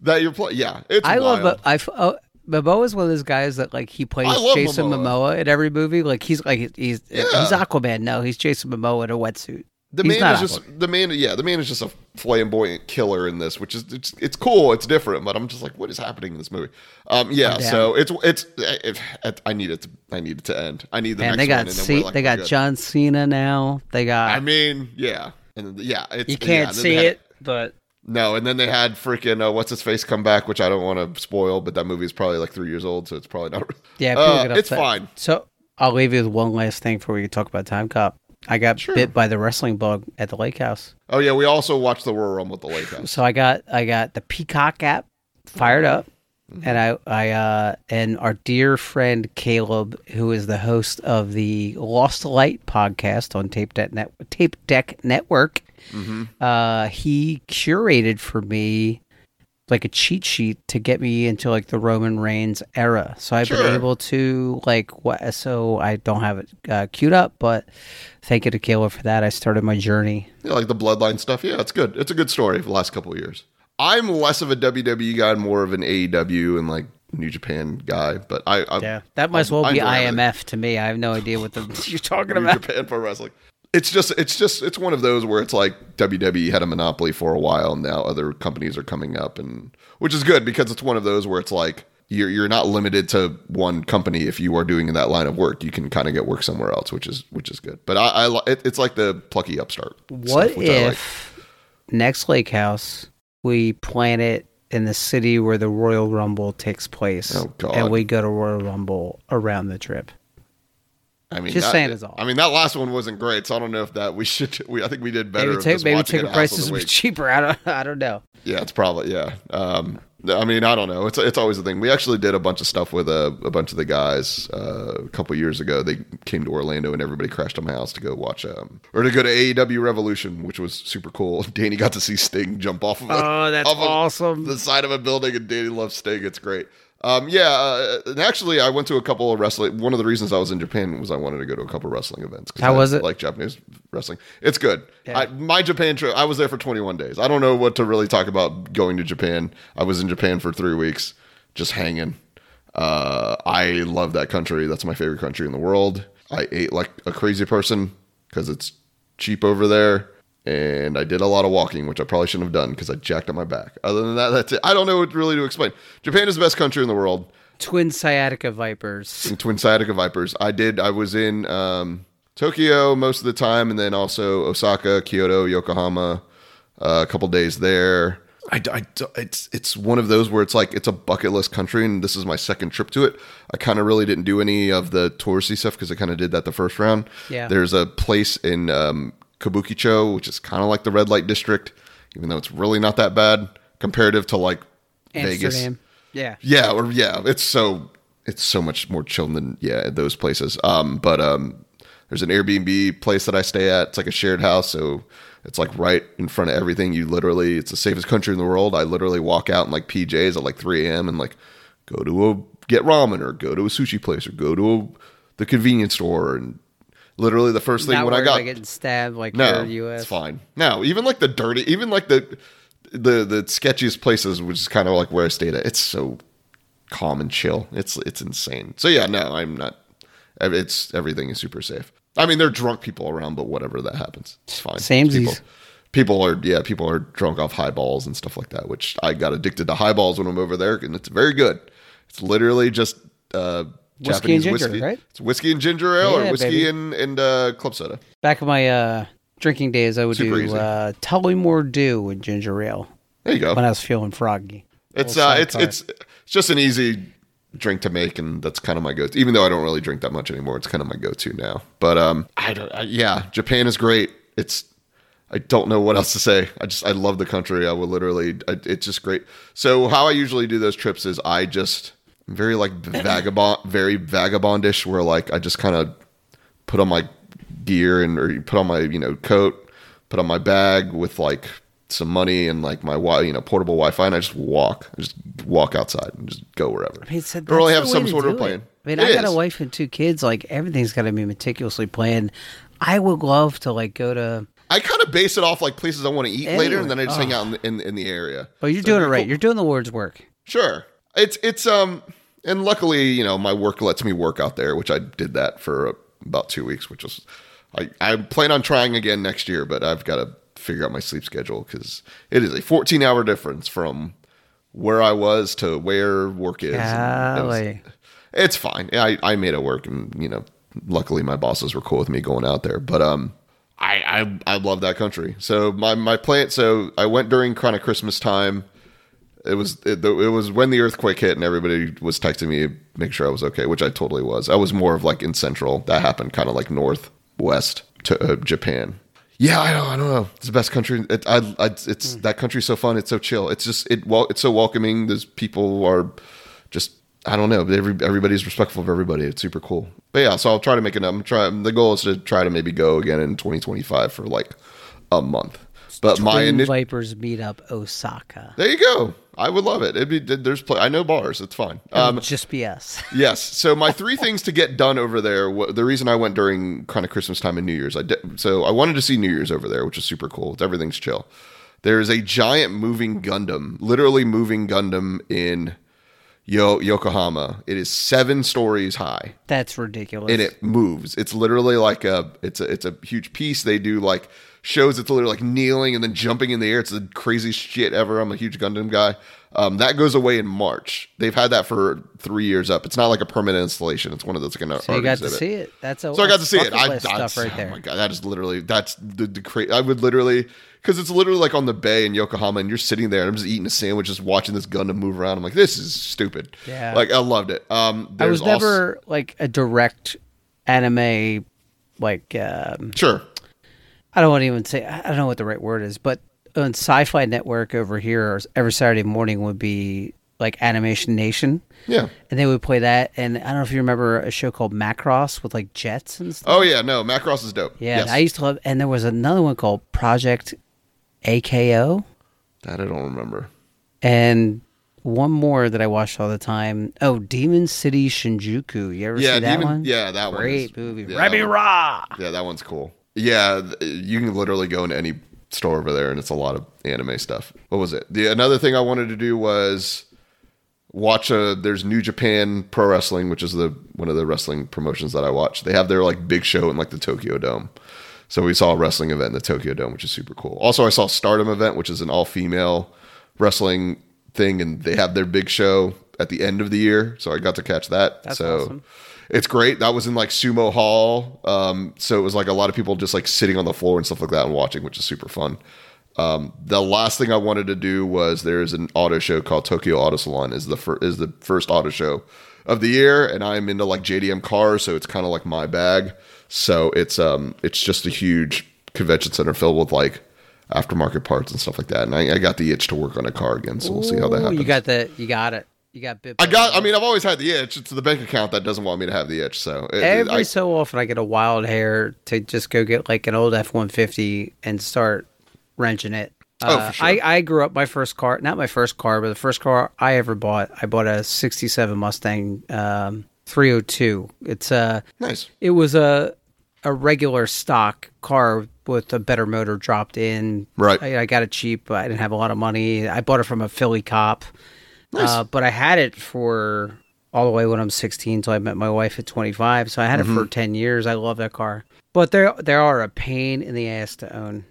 [SPEAKER 1] that you're playing. Yeah, it's
[SPEAKER 2] I
[SPEAKER 1] wild.
[SPEAKER 2] love. I f- oh, Momoa is one of those guys that like he plays
[SPEAKER 1] I love
[SPEAKER 2] Jason
[SPEAKER 1] Momoa.
[SPEAKER 2] Momoa. in every movie. Like he's like he's he's
[SPEAKER 1] Yeah.
[SPEAKER 2] Aquaman. No, he's Jason Momoa in a wetsuit.
[SPEAKER 1] The
[SPEAKER 2] he's
[SPEAKER 1] man
[SPEAKER 2] not
[SPEAKER 1] is just the man. Yeah, the man is just a flamboyant killer in this, which is it's, it's cool, it's different, but I'm just like, what is happening in this movie? Um, yeah,
[SPEAKER 2] down.
[SPEAKER 1] so it's it's it, it, I need it. To, I need it to end. I need the next
[SPEAKER 2] And they got
[SPEAKER 1] one, and then
[SPEAKER 2] C-
[SPEAKER 1] we're like,
[SPEAKER 2] they
[SPEAKER 1] we're
[SPEAKER 2] got
[SPEAKER 1] good.
[SPEAKER 2] John Cena now. They got
[SPEAKER 1] I mean, yeah, and then, yeah, it's,
[SPEAKER 2] you
[SPEAKER 1] yeah,
[SPEAKER 2] can't
[SPEAKER 1] and then
[SPEAKER 2] see
[SPEAKER 1] they had-
[SPEAKER 2] it, but
[SPEAKER 1] No, and then they had freaking uh, what's his face come back, which I don't want to spoil, but that movie is probably like three years old, so it's probably not. <laughs>
[SPEAKER 2] yeah, people
[SPEAKER 1] uh,
[SPEAKER 2] get
[SPEAKER 1] it's
[SPEAKER 2] upset.
[SPEAKER 1] fine.
[SPEAKER 2] So I'll leave you with one last thing before we talk about Time Cop. I got bit by the wrestling bug at the lake house.
[SPEAKER 1] Oh yeah, we also watched the Royal Rumble at the Lake House.
[SPEAKER 2] So I got I got the Peacock app fired up, and I I uh, and our dear friend Caleb, who is the host of the Lost Light podcast on Tape Deck Net Tape Deck Network, uh, he curated for me like a cheat sheet to get me into like the Roman Reigns era. So I've
[SPEAKER 1] Sure.
[SPEAKER 2] been able to like what. So I don't have it uh, queued up, but thank you to Caleb for that. I started my journey.
[SPEAKER 1] Yeah, like the bloodline stuff. Yeah, it's good. It's a good story for the last couple of years. I'm less of a WWE guy and more of an AEW and like New Japan guy, but I, I
[SPEAKER 2] Yeah, that might as well
[SPEAKER 1] I
[SPEAKER 2] be
[SPEAKER 1] enjoy everything.
[SPEAKER 2] IMF to me. I have no
[SPEAKER 1] <laughs>
[SPEAKER 2] idea what the <laughs> you're talking
[SPEAKER 1] New
[SPEAKER 2] about.
[SPEAKER 1] Japan pro wrestling. It's just it's just it's one of those where it's like WWE had a monopoly for a while and now other companies are coming up and which is good because it's one of those where it's like you're you're not limited to one company if you are doing that line of work. You can kind of get work somewhere else, which is which is good. But I, I li- it, it's like the plucky upstart.
[SPEAKER 2] What
[SPEAKER 1] stuff, which I like.
[SPEAKER 2] if next lake house we plan it in the city where the Royal Rumble takes place,
[SPEAKER 1] Oh, God.
[SPEAKER 2] and we go to Royal Rumble around the trip?
[SPEAKER 1] I mean,
[SPEAKER 2] Just
[SPEAKER 1] that-
[SPEAKER 2] saying is all.
[SPEAKER 1] I mean, that last one wasn't great, so I don't know if that we should. We I think we did better.
[SPEAKER 2] Maybe take
[SPEAKER 1] just
[SPEAKER 2] maybe
[SPEAKER 1] watching it
[SPEAKER 2] ticket
[SPEAKER 1] at House of
[SPEAKER 2] prices
[SPEAKER 1] the
[SPEAKER 2] would be
[SPEAKER 1] Week.
[SPEAKER 2] cheaper. <laughs> I don't I don't know.
[SPEAKER 1] Yeah, it's probably yeah. Um, I mean, I don't know. It's it's always a thing. We actually did a bunch of stuff with a, a bunch of the guys uh, a couple years ago. They came to Orlando and everybody crashed on my house to go watch um or to go to AEW Revolution, which was super cool. <laughs> Danny got to see Sting jump off of a-
[SPEAKER 2] Oh, that's
[SPEAKER 1] off of
[SPEAKER 2] awesome.
[SPEAKER 1] the side of a building, and Danny loves Sting. It's great. Um, yeah, uh, and actually, I went to a couple of wrestling. One of the reasons I was in Japan was I wanted to go to a couple of wrestling events. 'cause
[SPEAKER 2] How
[SPEAKER 1] I
[SPEAKER 2] was it?
[SPEAKER 1] Like Japanese wrestling, it's good.
[SPEAKER 2] Yeah.
[SPEAKER 1] I, my Japan trip, I was there for 21 days. I don't know what to really talk about going to Japan. I was in Japan for three weeks, just hanging. Uh, I love that country. That's my favorite country in the world. I ate like a crazy person because it's cheap over there. And I did a lot of walking, which I probably shouldn't have done because I jacked up my back. Other than that, that's it. I don't know what really to explain. Japan is the best country in the world
[SPEAKER 2] Twin sciatica vipers.
[SPEAKER 1] and Twin Sciatica Vipers. I did. I was in um, Tokyo most of the time, and then also Osaka, Kyoto, Yokohama, uh, a couple days there. I, I, it's it's one of those where it's like it's a bucket list country, and this is my second trip to it. I kind of really didn't do any of the touristy stuff because I kind of did that the first round.
[SPEAKER 2] Yeah.
[SPEAKER 1] There's a place in um, Kabukicho, which is kind of like the red light district, even though it's really not that bad comparative to like <laughs> Vegas.
[SPEAKER 2] Amsterdam. Yeah.
[SPEAKER 1] Yeah, or yeah, it's so it's so much more chill than yeah those places. Um, but um, there's an Airbnb place that I stay at. It's like a shared house, so it's like right in front of everything. You literally, it's the safest country in the world. I literally walk out in like PJs at like 3 a.m. and like go to a get ramen or go to a sushi place or go to a, the convenience store and literally the first thing
[SPEAKER 2] Not
[SPEAKER 1] when I
[SPEAKER 2] worried
[SPEAKER 1] got
[SPEAKER 2] about getting stabbed like
[SPEAKER 1] no,
[SPEAKER 2] here in the U.S.
[SPEAKER 1] it's fine. No, even like the dirty, even like the the the sketchiest places, which is kind of like where I stayed at. It's so calm and chill. It's it's insane. So yeah, no, I'm not. ev- It's everything is super safe. I mean, there are drunk people around, but whatever that happens, it's fine.
[SPEAKER 2] Samesies.
[SPEAKER 1] People, people are yeah, people are drunk off highballs and stuff like that. Which I got addicted to highballs when I'm over there, and it's very good. It's literally just uh,
[SPEAKER 2] Whiskey and
[SPEAKER 1] Japanese
[SPEAKER 2] ginger,
[SPEAKER 1] whiskey.
[SPEAKER 2] right?
[SPEAKER 1] It's whiskey and ginger ale,
[SPEAKER 2] Yeah,
[SPEAKER 1] or whiskey
[SPEAKER 2] baby.
[SPEAKER 1] and and uh, club soda.
[SPEAKER 2] Back in my uh, drinking days, I would
[SPEAKER 1] Super
[SPEAKER 2] do
[SPEAKER 1] easy.
[SPEAKER 2] uh, Tully Moore Dew and ginger ale
[SPEAKER 1] There you go.
[SPEAKER 2] when I was feeling froggy.
[SPEAKER 1] It's
[SPEAKER 2] Little
[SPEAKER 1] uh,
[SPEAKER 2] side
[SPEAKER 1] it's
[SPEAKER 2] car.
[SPEAKER 1] it's it's just an easy drink to make, and that's kind of my go-to. Even though I don't really drink that much anymore, it's kind of my go-to now. But um, I don't. I, yeah, Japan is great. It's I don't know what else to say. I just I love the country. I will literally. I, it's just great. So how I usually do those trips is I just I'm very like vagabond, very vagabondish, where like I just kind of put on my gear and or put on my you know coat, put on my bag with like some money and like my wi you know portable Wi-Fi, and I just walk, I just walk outside and just go wherever.
[SPEAKER 2] I mean, so
[SPEAKER 1] or only
[SPEAKER 2] that's
[SPEAKER 1] have
[SPEAKER 2] the way
[SPEAKER 1] some
[SPEAKER 2] to
[SPEAKER 1] sort of
[SPEAKER 2] do it.
[SPEAKER 1] plan.
[SPEAKER 2] I mean,
[SPEAKER 1] It
[SPEAKER 2] I got a
[SPEAKER 1] is.
[SPEAKER 2] wife and two kids. Like everything's got to be meticulously planned. I would love to like go to.
[SPEAKER 1] I kind of base it off like places I want to eat later,
[SPEAKER 2] Anyway,
[SPEAKER 1] and then I just
[SPEAKER 2] oh.
[SPEAKER 1] hang out in the, in, in the area.
[SPEAKER 2] But you're
[SPEAKER 1] So
[SPEAKER 2] doing it
[SPEAKER 1] it'd be
[SPEAKER 2] right.
[SPEAKER 1] cool.
[SPEAKER 2] You're doing the Lord's work.
[SPEAKER 1] Sure. It's it's um and luckily, you know, my work lets me work out there, which I did that for uh, about 2 weeks, which was I I plan on trying again next year, but I've got to figure out my sleep schedule cuz it is a 14-hour difference from where I was to where work is. and it was-
[SPEAKER 2] Golly.
[SPEAKER 1] it's fine. I I made it work and, you know, luckily my bosses were cool with me going out there, but um I, I I love that country. So my my plan. So I went during kind of Christmas time it was it, the- it was when the earthquake hit and everybody was texting me to make sure I was okay, which I totally was. I was more of like in central. That happened kind of like northwest to uh, Japan. Yeah, I don't, I don't know. It's the best country. It, I, I, it's that country's so fun. It's so chill. It's just it. Well, it's so welcoming. Those people are just. I don't know. Every, everybody's respectful of everybody. It's super cool. But yeah, so I'll try to make it. up. I'm try. The goal is to try to maybe go again in 2025 for like a month. But my
[SPEAKER 2] Twin
[SPEAKER 1] initial
[SPEAKER 2] Vipers meet up Osaka.
[SPEAKER 1] there you go. I would love it. It'd be there's pl- I know bars. It's fine. Um,
[SPEAKER 2] just be us.
[SPEAKER 1] yes. So my three things to get done over there. wha- the reason I went during kind of Christmas time and New Year's. I did, so I wanted to see New Year's over there, which is super cool. Everything's chill. There is a giant moving Gundam, literally moving Gundam in Yo- Yokohama. It is seven stories high
[SPEAKER 2] <laughs> That's ridiculous.
[SPEAKER 1] and it moves. It's literally like a it's a it's a huge piece. They do like shows. It's literally like kneeling and then jumping in the air. It's the craziest shit ever. I'm a huge Gundam guy. Um, that goes away in March. They've had that for three years up. It's not like a permanent installation. It's one of those kind of
[SPEAKER 2] So you got to see it. That's a
[SPEAKER 1] so I got to
[SPEAKER 2] that's
[SPEAKER 1] see it.
[SPEAKER 2] bucket
[SPEAKER 1] I,
[SPEAKER 2] list
[SPEAKER 1] that's-
[SPEAKER 2] stuff right
[SPEAKER 1] Oh
[SPEAKER 2] there.
[SPEAKER 1] my god, that is literally that's the, the cra- I would literally because it's literally like on the bay in Yokohama, and you're sitting there, and I'm just eating a sandwich, just watching this Gundam move around. I'm like, this is stupid.
[SPEAKER 2] Yeah.
[SPEAKER 1] like I loved it. Um,
[SPEAKER 2] I
[SPEAKER 1] there's
[SPEAKER 2] was
[SPEAKER 1] also-
[SPEAKER 2] never like a direct anime like um,
[SPEAKER 1] sure.
[SPEAKER 2] I don't want to even say I don't know what the right word is, but on Sci-Fi Network over here every Saturday morning would be like Animation Nation.
[SPEAKER 1] Yeah.
[SPEAKER 2] And they would play that and I don't know if you remember a show called Macross with like jets and stuff.
[SPEAKER 1] Oh yeah, no, Macross is dope.
[SPEAKER 2] Yeah,
[SPEAKER 1] Yes.
[SPEAKER 2] and I used to love and there was another one called Project AKO.
[SPEAKER 1] that I don't remember.
[SPEAKER 2] And one more that I watched all the time. Oh, Demon City Shinjuku. You ever
[SPEAKER 1] Yeah,
[SPEAKER 2] see that
[SPEAKER 1] Demon-
[SPEAKER 2] one?
[SPEAKER 1] yeah, that one
[SPEAKER 2] Great
[SPEAKER 1] is-
[SPEAKER 2] movie.
[SPEAKER 1] yeah,
[SPEAKER 2] Rabbi
[SPEAKER 1] that one-
[SPEAKER 2] Ra.
[SPEAKER 1] Yeah, that one's cool. Yeah, th- you can literally go into any store over there, and it's a lot of anime stuff. What was it? The another thing I wanted to do was watch a. There's New Japan Pro Wrestling, which is the one of the wrestling promotions that I watch. They have their like big show in like the Tokyo Dome. So we saw a wrestling event in the Tokyo Dome, which is super cool. Also, I saw Stardom event, which is an all female wrestling thing, and they have their big show at the end of the year. So I got to catch that.
[SPEAKER 2] That's
[SPEAKER 1] so
[SPEAKER 2] awesome.
[SPEAKER 1] it's great. That was in like Sumo Hall. Um, so it was like a lot of people just like sitting on the floor and stuff like that and watching, which is super fun. Um, the last thing I wanted to do was there is an auto show called Tokyo Auto Salon is the fir- is the first auto show of the year, and I'm into like JDM cars, so it's kind of like my bag. So it's um it's just a huge convention center filled with like aftermarket parts and stuff like that. And I, I got the itch to work on a car again, so we'll see how that
[SPEAKER 2] Ooh,
[SPEAKER 1] happens.
[SPEAKER 2] You got the you got it. You got bit.
[SPEAKER 1] I
[SPEAKER 2] by-
[SPEAKER 1] got. I mean, I've always had the itch. It's the bank account that doesn't want me to have the itch. So it,
[SPEAKER 2] Every
[SPEAKER 1] I,
[SPEAKER 2] so often, I get a wild hair to just go get like an old F one fifty and start wrenching it.
[SPEAKER 1] Oh, for
[SPEAKER 2] Uh,
[SPEAKER 1] sure.
[SPEAKER 2] I, I grew up my first car, not my first car, but the first car I ever bought. I bought a '67 Mustang um, 302. It's uh, a
[SPEAKER 1] nice.
[SPEAKER 2] it was a a regular stock car with a better motor dropped in.
[SPEAKER 1] Right.
[SPEAKER 2] I, I got it cheap. but I didn't have a lot of money. I bought it from a Philly cop. Uh, but I had it for all the way when I'm 16 until I met my wife at 25. So I had it for 10 years. I love that car. But there there are a pain in the ass to own.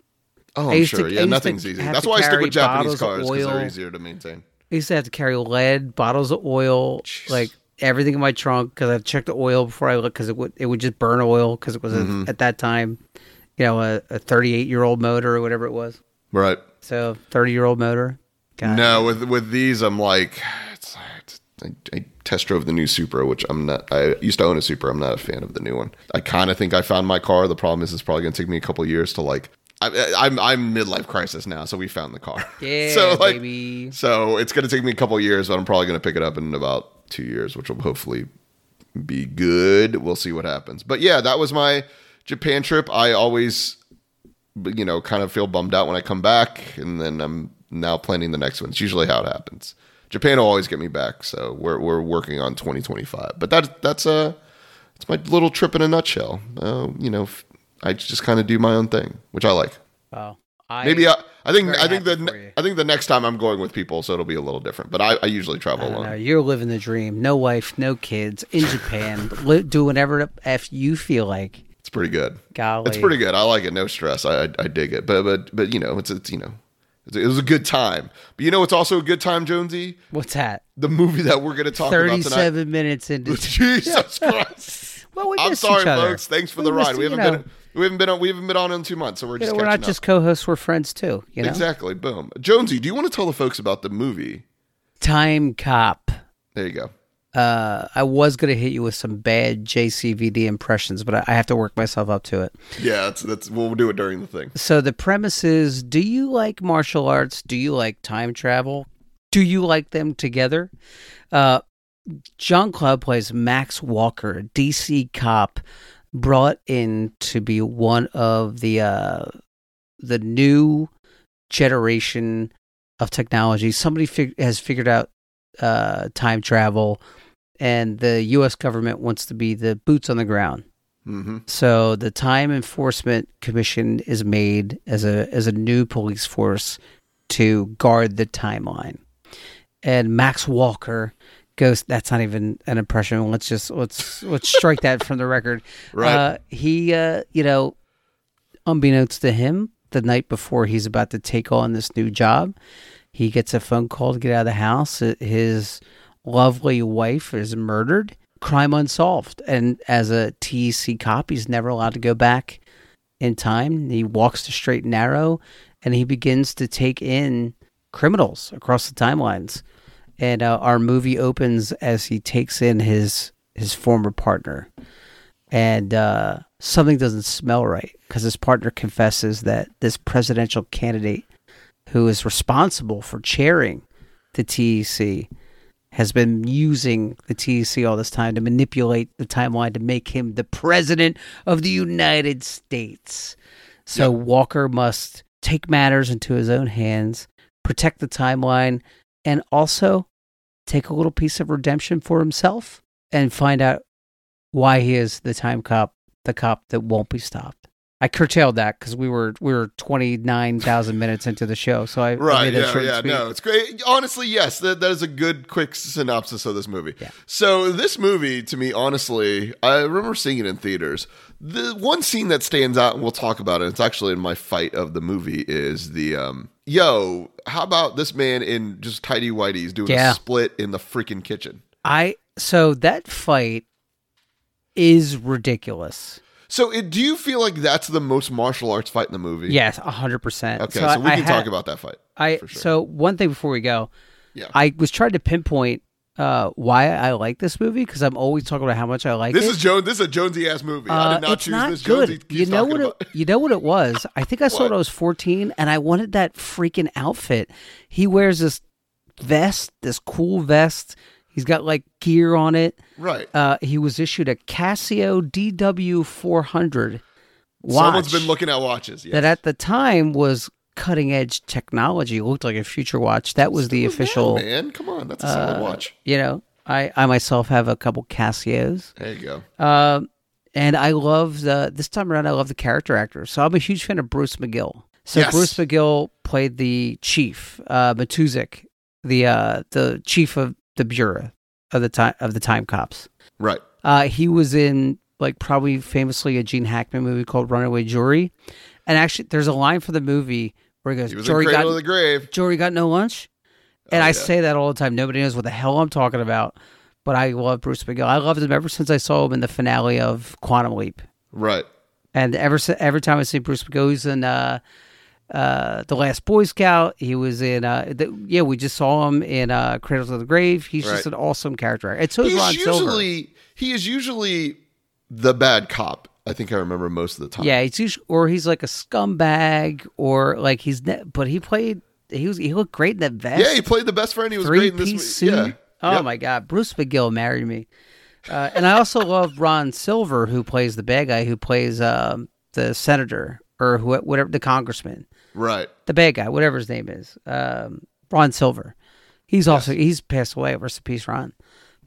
[SPEAKER 1] Oh,
[SPEAKER 2] I
[SPEAKER 1] I'm
[SPEAKER 2] used to-
[SPEAKER 1] sure.
[SPEAKER 2] I
[SPEAKER 1] yeah,
[SPEAKER 2] used
[SPEAKER 1] nothing's
[SPEAKER 2] to
[SPEAKER 1] easy.
[SPEAKER 2] have
[SPEAKER 1] That's
[SPEAKER 2] to
[SPEAKER 1] why I stick
[SPEAKER 2] carry
[SPEAKER 1] with Japanese cars
[SPEAKER 2] bottles of
[SPEAKER 1] because
[SPEAKER 2] oil.
[SPEAKER 1] they're easier to maintain.
[SPEAKER 2] I used to have to carry lead, bottles of oil, like everything in my trunk because I've checked the oil before I look because it would it would just burn oil because it was a-
[SPEAKER 1] Mm-hmm.
[SPEAKER 2] at that time, you know, a, a 38 year old motor or whatever it was.
[SPEAKER 1] Right.
[SPEAKER 2] So 30 year old motor. God.
[SPEAKER 1] No, with with these, I'm like, it's, it's, I, I test drove the new Supra, which I'm not. I used to own a Supra. I'm not a fan of the new one. I kind of think I found my car. The problem is, it's probably gonna take me a couple years to like. I, I- I'm I'm midlife crisis now, so we found the car. <laughs>
[SPEAKER 2] Yeah,
[SPEAKER 1] so like,
[SPEAKER 2] baby.
[SPEAKER 1] so it's gonna take me a couple years, but I'm probably gonna pick it up in about two years, which will hopefully be good. We'll see what happens. But yeah, that was my Japan trip. I always but, you know, kind of feel bummed out when I come back, and then I'm now planning the next one. It's usually how it happens. Japan will always get me back, so we're we're working on 2025. But that that's uh that's my little trip in a nutshell. Uh, you know, f- I just kind of do my own thing, which I like.
[SPEAKER 2] Wow. I,
[SPEAKER 1] Maybe I, I think
[SPEAKER 2] very
[SPEAKER 1] I think the
[SPEAKER 2] happy for you.
[SPEAKER 1] ne- I think the next time I'm going with people, so it'll be a little different. But I, I usually travel
[SPEAKER 2] No,
[SPEAKER 1] alone.
[SPEAKER 2] you're living the dream. No wife, no kids in Japan. <laughs> Li- do whatever the f you feel like.
[SPEAKER 1] It's pretty good.
[SPEAKER 2] Golly,
[SPEAKER 1] It's pretty good. I like it. No stress. I, I I dig it. But but but you know, it's it's you know, it's, it was a good time. But you know, it's also a good time, Jonesy.
[SPEAKER 2] What's that?
[SPEAKER 1] the movie that we're going to talk about tonight.
[SPEAKER 2] Thirty-seven minutes
[SPEAKER 1] <laughs>
[SPEAKER 2] into. <laughs>
[SPEAKER 1] Jesus Christ!
[SPEAKER 2] Well, we
[SPEAKER 1] I'm
[SPEAKER 2] missed
[SPEAKER 1] sorry,
[SPEAKER 2] each other.
[SPEAKER 1] folks. Thanks for
[SPEAKER 2] We
[SPEAKER 1] the
[SPEAKER 2] missed-
[SPEAKER 1] ride. We
[SPEAKER 2] you
[SPEAKER 1] haven't
[SPEAKER 2] know,
[SPEAKER 1] been we haven't been on we haven't been on in two months, so we're
[SPEAKER 2] you
[SPEAKER 1] just
[SPEAKER 2] know, we're
[SPEAKER 1] catching
[SPEAKER 2] not
[SPEAKER 1] up.
[SPEAKER 2] just co-hosts. We're friends too. You know,
[SPEAKER 1] exactly. Boom. Jonesy, do you want to tell the folks about the movie?
[SPEAKER 2] Time Cop.
[SPEAKER 1] There you go.
[SPEAKER 2] Uh, I was gonna hit you with some bad JCVD impressions, but I, I have to work myself up to it.
[SPEAKER 1] Yeah, that's that's we'll do it during the thing.
[SPEAKER 2] So the premise is: Do you like martial arts? Do you like time travel? Do you like them together? Uh, John Cloud plays Max Walker, a DC cop brought in to be one of the uh, the new generation of technology. Somebody fig- has figured out uh, time travel, and the U.S. government wants to be the boots on the ground.
[SPEAKER 1] Mm-hmm.
[SPEAKER 2] So the Time Enforcement Commission is made as a as a new police force to guard the timeline. And Max Walker goes that's not even an impression. Let's just let's let's strike that from the record.
[SPEAKER 1] Right.
[SPEAKER 2] Uh, he uh, you know, unbeknownst to him, the night before he's about to take on this new job, he gets a phone call to get out of the house. Uh, His lovely wife is murdered, crime unsolved. And as a TEC cop, he's never allowed to go back in time. He walks the straight and narrow and he begins to take in criminals across the timelines. And uh, our movie opens as he takes in his his former partner and uh, something doesn't smell right because his partner confesses that this presidential candidate who is responsible for chairing the TEC has been using the TEC all this time to manipulate the timeline to make him the president of the United States. So Walker must take matters into his own hands, protect the timeline, and also take a little piece of redemption for himself and find out why he is the time cop, the cop that won't be stopped. I curtailed that because we were we were twenty nine thousand minutes into the show, so I I
[SPEAKER 1] Right.
[SPEAKER 2] made that
[SPEAKER 1] Yeah.
[SPEAKER 2] short and
[SPEAKER 1] Yeah.
[SPEAKER 2] sweet.
[SPEAKER 1] No, it's great. Honestly, yes, that, that is a good quick synopsis of this movie.
[SPEAKER 2] Yeah.
[SPEAKER 1] So this movie, to me, honestly, I remember seeing it in theaters. The one scene that stands out, and we'll talk about it. It's actually in my fight of the movie. Is the um, yo? How about this man in just tidy whities doing
[SPEAKER 2] Yeah.
[SPEAKER 1] a split in the freaking kitchen?
[SPEAKER 2] I so that fight is ridiculous.
[SPEAKER 1] So, it, do you feel like that's the most martial arts fight in the movie?
[SPEAKER 2] Yes, hundred percent.
[SPEAKER 1] Okay, so, we
[SPEAKER 2] I- I
[SPEAKER 1] can
[SPEAKER 2] had-
[SPEAKER 1] talk about that fight.
[SPEAKER 2] I
[SPEAKER 1] for sure.
[SPEAKER 2] so one thing before we go,
[SPEAKER 1] Yeah.
[SPEAKER 2] I was trying to pinpoint uh, why I like this movie because I'm always talking about how much I like
[SPEAKER 1] This
[SPEAKER 2] it.
[SPEAKER 1] is Jones. This is a Jonesy ass movie. I
[SPEAKER 2] Uh,
[SPEAKER 1] did not
[SPEAKER 2] it's
[SPEAKER 1] choose
[SPEAKER 2] not
[SPEAKER 1] this.
[SPEAKER 2] good.
[SPEAKER 1] Jonesy keeps
[SPEAKER 2] you know
[SPEAKER 1] talking
[SPEAKER 2] what? It,
[SPEAKER 1] about.
[SPEAKER 2] You know what it was. I think I saw it.
[SPEAKER 1] What?
[SPEAKER 2] when I was 14, and I wanted that freaking outfit. He wears this vest, this cool vest. He's got like gear on it.
[SPEAKER 1] <laughs> Right.
[SPEAKER 2] Uh, he was issued a Casio DW400 watch
[SPEAKER 1] Someone's been looking at watches. Yes.
[SPEAKER 2] that at the time was cutting edge technology. It looked like a future watch. That was the official. uh,
[SPEAKER 1] Oh, man, come on, that's a solid watch.
[SPEAKER 2] You know, I I myself have a couple Casios.
[SPEAKER 1] There you go.
[SPEAKER 2] Um, and I love the this time around. I love the character actor. So I'm a huge fan of Bruce McGill. So
[SPEAKER 1] Yes.
[SPEAKER 2] Bruce McGill played the chief, uh, Matuzik, the uh, the chief of the bureau of the time of the time cops.
[SPEAKER 1] Right.
[SPEAKER 2] Uh, he was in like probably famously a Gene Hackman movie called Runaway Jury. And actually, there's a line for the movie where he goes,
[SPEAKER 1] He was
[SPEAKER 2] "Jury
[SPEAKER 1] in Cradle of
[SPEAKER 2] got
[SPEAKER 1] the Grave.
[SPEAKER 2] Jory got no lunch? And
[SPEAKER 1] Oh,
[SPEAKER 2] I
[SPEAKER 1] yeah.
[SPEAKER 2] say that all the time. Nobody knows what the hell I'm talking about. But I love Bruce McGill. I loved him ever since I saw him in the finale of Quantum Leap.
[SPEAKER 1] Right.
[SPEAKER 2] And ever si- every time I see Bruce McGill, he's in uh, uh, The Last Boy Scout. He was in, uh, the, yeah, we just saw him in uh, Cradles of the Grave. He's
[SPEAKER 1] Right.
[SPEAKER 2] just an awesome character. And so is
[SPEAKER 1] He's
[SPEAKER 2] Ron Silver.
[SPEAKER 1] usually he is usually the bad cop. I think I remember most of the time.
[SPEAKER 2] Yeah, he's usually, or he's like a scumbag, or like he's, ne- but he played, he was, he looked great in that vest.
[SPEAKER 1] Yeah, he played the best friend. He was
[SPEAKER 2] three
[SPEAKER 1] great in this
[SPEAKER 2] piece
[SPEAKER 1] movie.
[SPEAKER 2] suit.
[SPEAKER 1] Yeah.
[SPEAKER 2] Oh
[SPEAKER 1] Yep.
[SPEAKER 2] my God, Bruce McGill married me, uh, and I also love Ron Silver, who plays the bad guy, who plays um, the senator or who, whatever the congressman,
[SPEAKER 1] Right.
[SPEAKER 2] the bad guy, whatever his name is. Um, Ron Silver. He's also he's passed away. Rest in peace, Ron.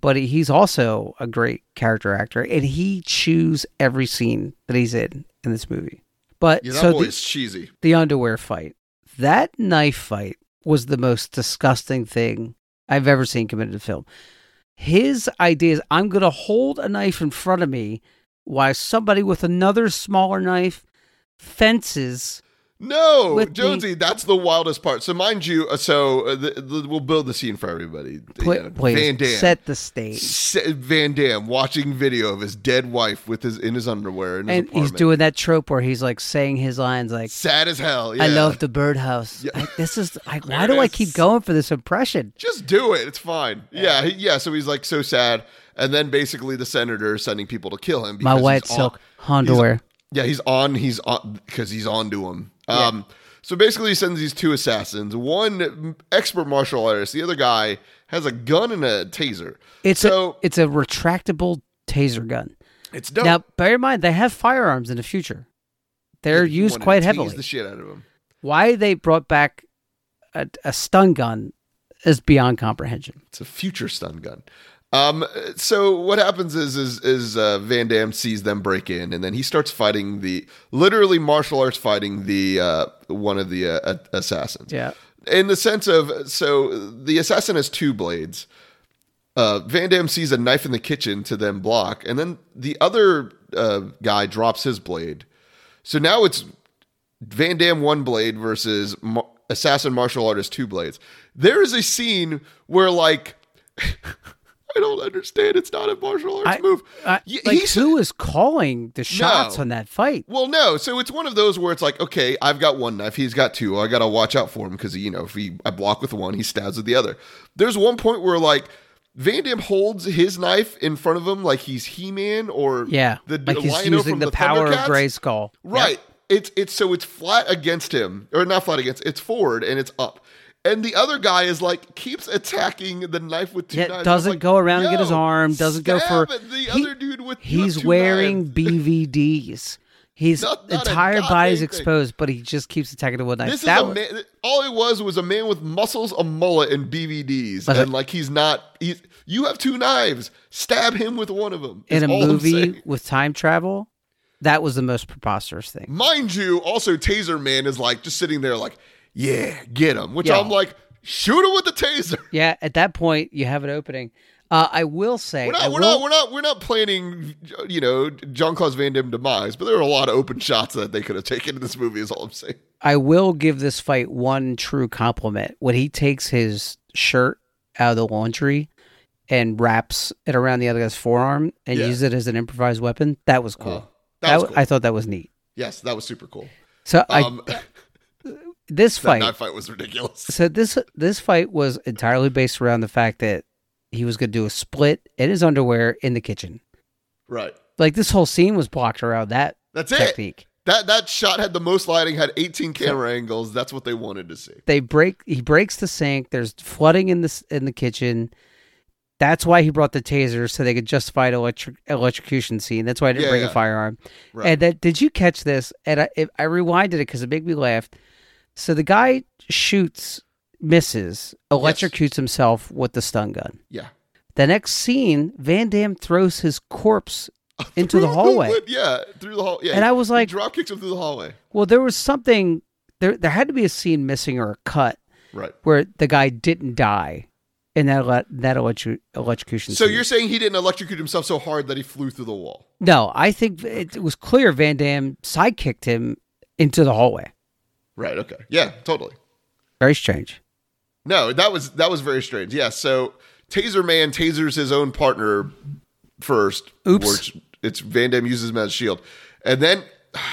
[SPEAKER 2] But he's also a great character actor, and he chews every scene that he's in in this movie. But
[SPEAKER 1] Yeah, that
[SPEAKER 2] so the-
[SPEAKER 1] boy's cheesy.
[SPEAKER 2] the underwear fight. That knife fight was the most disgusting thing I've ever seen committed to film. His idea is I'm going to hold a knife in front of me while somebody with another smaller knife fences.
[SPEAKER 1] No,
[SPEAKER 2] With the-
[SPEAKER 1] Jonesy, that's the wildest part. So, mind you, uh, so uh, the, the, we'll build the scene for everybody.
[SPEAKER 2] Pla-
[SPEAKER 1] You know,
[SPEAKER 2] please
[SPEAKER 1] Van Damme.
[SPEAKER 2] set the stage.
[SPEAKER 1] Se- Van Damme watching video of his dead wife with his in his underwear in his
[SPEAKER 2] And he's
[SPEAKER 1] apartment.
[SPEAKER 2] doing that trope where he's like saying his lines like,
[SPEAKER 1] sad as hell. Yeah.
[SPEAKER 2] I love the birdhouse.
[SPEAKER 1] Yeah.
[SPEAKER 2] I, this is, I,
[SPEAKER 1] <laughs>
[SPEAKER 2] why
[SPEAKER 1] There
[SPEAKER 2] do I
[SPEAKER 1] it
[SPEAKER 2] keep
[SPEAKER 1] is.
[SPEAKER 2] going for this impression?
[SPEAKER 1] Just do it. It's fine. Yeah, he, yeah. So he's like so sad, and then basically the senator is sending people to kill him.
[SPEAKER 2] My
[SPEAKER 1] because
[SPEAKER 2] white
[SPEAKER 1] he's on-
[SPEAKER 2] silk underwear.
[SPEAKER 1] yeah, he's on. He's on because he's on to him. Um. So basically, he sends these two assassins. One expert martial artist. The other guy has a gun and a taser.
[SPEAKER 2] It's,
[SPEAKER 1] so
[SPEAKER 2] a, it's a retractable taser gun.
[SPEAKER 1] it's dope.
[SPEAKER 2] Now, bear in mind, they have firearms in the future. They're
[SPEAKER 1] He
[SPEAKER 2] used
[SPEAKER 1] wanted to
[SPEAKER 2] quite
[SPEAKER 1] tease
[SPEAKER 2] heavily.
[SPEAKER 1] The shit out of him.
[SPEAKER 2] Why they brought back a, a stun gun is beyond comprehension.
[SPEAKER 1] It's a future stun gun. Um, so what happens is is is uh, Van Damme sees them break in, and then he starts fighting the literally martial arts fighting the uh, one of the uh, a- assassins.
[SPEAKER 2] Yeah.
[SPEAKER 1] In the sense of so the assassin has two blades. Uh, Van Damme sees a knife in the kitchen to then block, and then the other uh, guy drops his blade. So now it's Van Damme one blade versus Mar- assassin martial artist two blades. There is a scene where like <laughs> I don't understand. It's not a martial arts
[SPEAKER 2] I-
[SPEAKER 1] move.
[SPEAKER 2] I-
[SPEAKER 1] Y-
[SPEAKER 2] Uh, like,
[SPEAKER 1] he's-
[SPEAKER 2] who is calling the shots on that fight?
[SPEAKER 1] well, no. So it's one of those where it's like, okay, I've got one knife, he's got two. I gotta watch out for him because you know if he I block with one, he stabs with the other. There's one point where like Van Damme holds his knife in front of him like he's He-Man or
[SPEAKER 2] Yeah.
[SPEAKER 1] the
[SPEAKER 2] like he's
[SPEAKER 1] Lion-O
[SPEAKER 2] using
[SPEAKER 1] from
[SPEAKER 2] the, power of
[SPEAKER 1] Thundercats.
[SPEAKER 2] Grayskull.
[SPEAKER 1] Right.
[SPEAKER 2] Yep.
[SPEAKER 1] It's it's so it's flat against him, or not flat against. It's forward and it's up, and the other guy is like keeps attacking the knife with two
[SPEAKER 2] Yeah,
[SPEAKER 1] knives. I'm
[SPEAKER 2] doesn't
[SPEAKER 1] like,
[SPEAKER 2] go around and get his
[SPEAKER 1] "Yo,
[SPEAKER 2] arm, doesn't go for-
[SPEAKER 1] stab the
[SPEAKER 2] He-
[SPEAKER 1] other dude with. you have
[SPEAKER 2] He's
[SPEAKER 1] two
[SPEAKER 2] wearing
[SPEAKER 1] knives."
[SPEAKER 2] BVDs. His
[SPEAKER 1] Not- not a
[SPEAKER 2] entire
[SPEAKER 1] goddamn
[SPEAKER 2] body's
[SPEAKER 1] thing.
[SPEAKER 2] exposed, but he just keeps attacking the one knife.
[SPEAKER 1] This is
[SPEAKER 2] That
[SPEAKER 1] a
[SPEAKER 2] was-
[SPEAKER 1] man. All it was was a man with muscles, a mullet, and BVDs,
[SPEAKER 2] But-
[SPEAKER 1] and like he's not. He's you have two knives. Stab him with one of them.
[SPEAKER 2] in
[SPEAKER 1] is
[SPEAKER 2] a
[SPEAKER 1] all I'm
[SPEAKER 2] movie
[SPEAKER 1] saying.
[SPEAKER 2] with time travel, that was the most preposterous thing.
[SPEAKER 1] mind you. Also, Taser Man is like just sitting there, like, yeah, get him. Which
[SPEAKER 2] Yeah.
[SPEAKER 1] I'm like, shoot him with the taser.
[SPEAKER 2] Yeah, at that point you have an opening. Uh, I will say,
[SPEAKER 1] We're
[SPEAKER 2] I
[SPEAKER 1] not, we're,
[SPEAKER 2] will-
[SPEAKER 1] not, we're not, we're not planning, you know, John Claude Van Damme demise, but there are a lot of open shots that they could have taken in this movie. Is all I'm saying.
[SPEAKER 2] I will give this fight one true compliment when he takes his shirt out of the laundry and wraps it around the other guy's forearm and
[SPEAKER 1] Yeah. Uh-huh.
[SPEAKER 2] uses it as an improvised weapon. That was cool.
[SPEAKER 1] That was
[SPEAKER 2] That-
[SPEAKER 1] cool.
[SPEAKER 2] I thought that was neat.
[SPEAKER 1] yes, that was super cool.
[SPEAKER 2] So I
[SPEAKER 1] Um, <laughs>
[SPEAKER 2] this
[SPEAKER 1] that
[SPEAKER 2] fight
[SPEAKER 1] knife fight was ridiculous.
[SPEAKER 2] so this this fight was entirely based around the fact that he was going to do a split in his underwear in the kitchen.
[SPEAKER 1] Right.
[SPEAKER 2] Like this whole scene was blocked around that
[SPEAKER 1] That's it.
[SPEAKER 2] technique.
[SPEAKER 1] That that shot had the most lighting, had 18 camera angles. That's what they wanted to see.
[SPEAKER 2] They break. He breaks the sink. There's flooding in this in the kitchen. That's why he brought the taser so they could justify an electric, electrocution scene. That's why I didn't
[SPEAKER 1] Yeah,
[SPEAKER 2] bring
[SPEAKER 1] yeah.
[SPEAKER 2] a firearm.
[SPEAKER 1] Right.
[SPEAKER 2] And that did you catch this? And I, it, I rewinded it because it made me laugh. So the guy shoots, misses, electrocutes himself with the stun gun.
[SPEAKER 1] yeah.
[SPEAKER 2] The next scene, Van Damme throws his
[SPEAKER 1] <laughs>
[SPEAKER 2] corpse into
[SPEAKER 1] Through
[SPEAKER 2] the hallway.
[SPEAKER 1] wood- yeah, through the hall. Yeah.
[SPEAKER 2] And I was like-
[SPEAKER 1] drop kicks him through the hallway.
[SPEAKER 2] Well, there was something there there had to be a scene missing or a cut
[SPEAKER 1] Right.
[SPEAKER 2] where the guy didn't die in that ele- that electro- electrocution.
[SPEAKER 1] So
[SPEAKER 2] scene.
[SPEAKER 1] you're saying he didn't electrocute himself so hard that he flew through the wall?
[SPEAKER 2] No, I think it was clear Van Damme sidekicked him into the hallway.
[SPEAKER 1] Right. Okay. Yeah. Totally.
[SPEAKER 2] Very strange.
[SPEAKER 1] No, that was that was very strange. Yeah. So Taser Man tasers his own partner first.
[SPEAKER 2] Oops.
[SPEAKER 1] which it's Van Damme uses him as a shield, and then <sighs>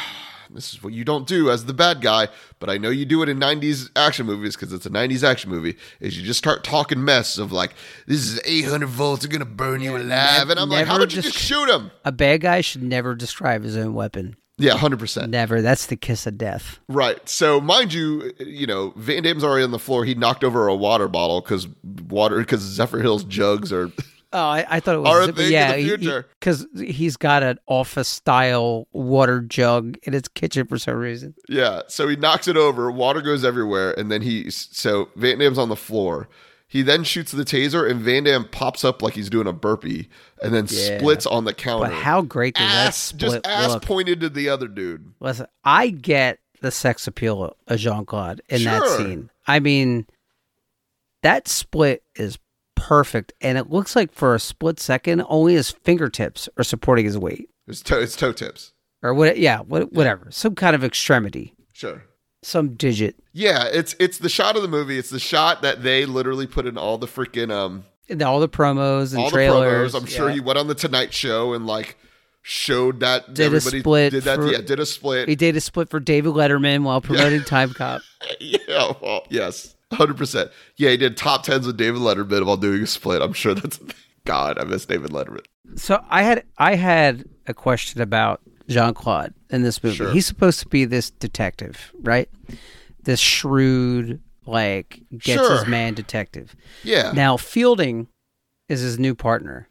[SPEAKER 1] this is what you don't do as the bad guy. But I know you do it in '90s action movies because it's a '90s action movie. Is you just start talking mess of like, "This is 800 volts. They're gonna burn you alive," and I'm like, "How
[SPEAKER 2] never
[SPEAKER 1] about you just
[SPEAKER 2] desc-
[SPEAKER 1] shoot him?"
[SPEAKER 2] A bad guy should never describe his own weapon.
[SPEAKER 1] Yeah, 100. percent
[SPEAKER 2] Never. That's the kiss of death.
[SPEAKER 1] Right. So, mind you, you know, Van Damme's already on the floor. He knocked over a water bottle because water, because Zephyr Hill's jugs are.
[SPEAKER 2] Oh, I, I thought it
[SPEAKER 1] Or a
[SPEAKER 2] was.
[SPEAKER 1] thing in the future.
[SPEAKER 2] because he's got an office style water jug in his kitchen for some reason.
[SPEAKER 1] Yeah. So he knocks it over. Water goes everywhere. And then he. So Van Damme's on the floor. He then shoots the taser, and Van Damme pops up like he's doing a burpee and then
[SPEAKER 2] Yeah.
[SPEAKER 1] splits on the counter.
[SPEAKER 2] But how great does that
[SPEAKER 1] ass, just
[SPEAKER 2] split
[SPEAKER 1] ass
[SPEAKER 2] look?
[SPEAKER 1] pointed to the other dude.
[SPEAKER 2] Listen, I get the sex appeal of Jean Claude in that
[SPEAKER 1] Sure.
[SPEAKER 2] scene. I mean, that split is perfect, and it looks like for a split second, only his fingertips are supporting his weight,
[SPEAKER 1] It's toe, it's toe tips.
[SPEAKER 2] or what? Yeah, what, whatever, some kind of extremity,
[SPEAKER 1] Sure.
[SPEAKER 2] some digit.
[SPEAKER 1] Yeah. It's it's the shot of the movie. It's the shot that they literally put in all the freaking um
[SPEAKER 2] And all the promos and
[SPEAKER 1] all
[SPEAKER 2] trailers.
[SPEAKER 1] the promos. I'm sure
[SPEAKER 2] yeah.
[SPEAKER 1] he went on the Tonight Show and like showed that
[SPEAKER 2] Did a
[SPEAKER 1] everybody
[SPEAKER 2] split
[SPEAKER 1] did that.
[SPEAKER 2] for-
[SPEAKER 1] yeah, did a split.
[SPEAKER 2] He did a split for David Letterman while promoting Time Cop.
[SPEAKER 1] <laughs> yeah, well, yes, hundred percent. Yeah, he did top tens with David Letterman while doing a split. I'm sure that's <laughs> God. I miss David Letterman.
[SPEAKER 2] So I had I had a question about Jean Claude in this movie.
[SPEAKER 1] Sure.
[SPEAKER 2] He's supposed to be this detective, right? This shrewd, like gets
[SPEAKER 1] Sure.
[SPEAKER 2] his man detective.
[SPEAKER 1] Yeah,
[SPEAKER 2] Now Fielding is his new partner.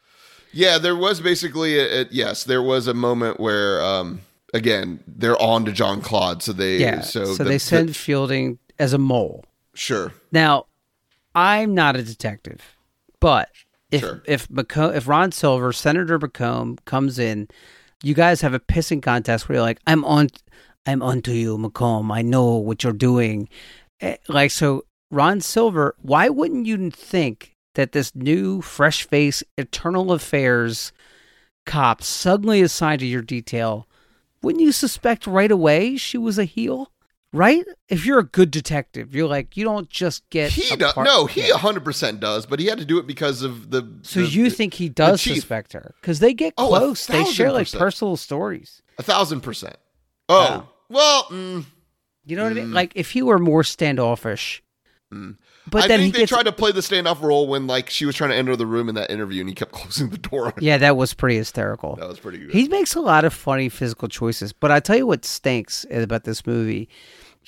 [SPEAKER 1] yeah. There was basically a, a- yes, there was a moment where um again they're on to John Claude, so they
[SPEAKER 2] Yeah.
[SPEAKER 1] so,
[SPEAKER 2] So,
[SPEAKER 1] the-
[SPEAKER 2] they
[SPEAKER 1] the-
[SPEAKER 2] send Fielding as a mole.
[SPEAKER 1] sure
[SPEAKER 2] Now, I'm not a detective, but if
[SPEAKER 1] Sure.
[SPEAKER 2] if McComb, if Ron Silver, Senator McComb comes in, you guys have a pissing contest where you're like, "I'm on, I'm onto you, McComb. I know what you're doing." Eh, Like so, Ron Silver. Why wouldn't you think that this new, fresh face, Eternal Affairs cop suddenly assigned to your detail? Wouldn't you suspect right away she was a heel? Right? If you're a good detective, you're like you don't just get
[SPEAKER 1] he
[SPEAKER 2] a
[SPEAKER 1] does
[SPEAKER 2] part-
[SPEAKER 1] no he <laughs>
[SPEAKER 2] Yeah.
[SPEAKER 1] hundred percent does, but he had to do it because of the.
[SPEAKER 2] So
[SPEAKER 1] the-
[SPEAKER 2] you
[SPEAKER 1] the-
[SPEAKER 2] think he does
[SPEAKER 1] chief.
[SPEAKER 2] suspect her because they get
[SPEAKER 1] Oh, a
[SPEAKER 2] close. They share
[SPEAKER 1] thousand
[SPEAKER 2] like
[SPEAKER 1] percent.
[SPEAKER 2] personal stories.
[SPEAKER 1] A thousand percent. Oh
[SPEAKER 2] Wow.
[SPEAKER 1] well, mm,
[SPEAKER 2] You know what I mean? Like if he were more standoffish, but
[SPEAKER 1] Mm. I
[SPEAKER 2] then he
[SPEAKER 1] think they
[SPEAKER 2] gets.
[SPEAKER 1] tried to play the standoff role when like she was trying to enter the room in that interview, and he kept <laughs> closing the door. on her.
[SPEAKER 2] yeah, that was pretty hysterical.
[SPEAKER 1] That was pretty good.
[SPEAKER 2] He makes a lot of funny physical choices, but I tell you what stinks about this movie,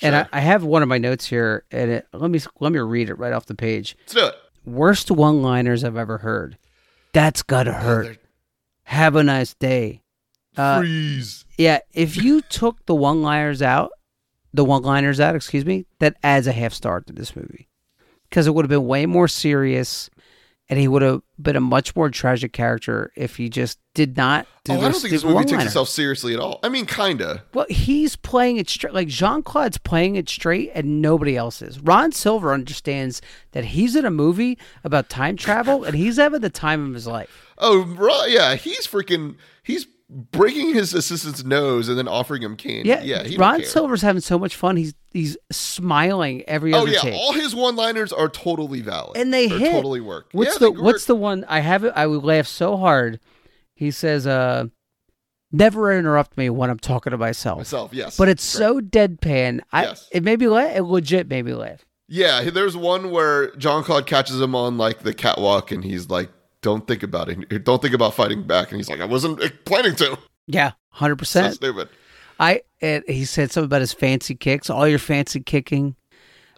[SPEAKER 2] and I, I have one of my notes here, and it, let me let me read it right off the page.
[SPEAKER 1] Let's do it.
[SPEAKER 2] Worst one-liners I've ever heard. That's gotta hurt. Have a nice day. Uh,
[SPEAKER 1] Freeze.
[SPEAKER 2] Yeah, if
[SPEAKER 1] <laughs>
[SPEAKER 2] you took the one liners out, the one liners out, excuse me, that adds a half star to this movie because it would have been way more serious, and he would have been a much more tragic character if he just did not do
[SPEAKER 1] Oh, I
[SPEAKER 2] those
[SPEAKER 1] don't think this
[SPEAKER 2] stupid
[SPEAKER 1] movie takes
[SPEAKER 2] one-liner.
[SPEAKER 1] itself seriously at all. I mean, kinda.
[SPEAKER 2] Well, he's playing it straight. Like Jean Claude's playing it straight, and nobody else is. Ron Silver understands that he's in a movie about time travel, and he's having the time of his life.
[SPEAKER 1] Oh, right, yeah. He's freaking. He's breaking his assistant's nose and then offering him candy.
[SPEAKER 2] Yeah,
[SPEAKER 1] yeah. He don't
[SPEAKER 2] Ron
[SPEAKER 1] care.
[SPEAKER 2] Silver's having so much fun. He's he's smiling every
[SPEAKER 1] Oh
[SPEAKER 2] other
[SPEAKER 1] yeah,
[SPEAKER 2] take.
[SPEAKER 1] all his one-liners are totally valid
[SPEAKER 2] and they
[SPEAKER 1] Or
[SPEAKER 2] hit.
[SPEAKER 1] Totally work.
[SPEAKER 2] What's
[SPEAKER 1] Yeah,
[SPEAKER 2] the
[SPEAKER 1] they work.
[SPEAKER 2] What's the one I have? it- I would laugh so hard. He says, "Uh, Never interrupt me when I'm talking to myself.
[SPEAKER 1] Myself, yes.
[SPEAKER 2] But it's so deadpan. I
[SPEAKER 1] Yes.
[SPEAKER 2] it made me laugh. It legit made me laugh.
[SPEAKER 1] Yeah, he- there's one where John Claude catches him on like the catwalk, and he's like, "Don't think about it. Don't think about fighting back." And he's like, "I wasn't eh, planning to."
[SPEAKER 2] Yeah, hundred
[SPEAKER 1] So
[SPEAKER 2] percent.
[SPEAKER 1] stupid.
[SPEAKER 2] I and he said something about his fancy kicks, all your fancy kicking.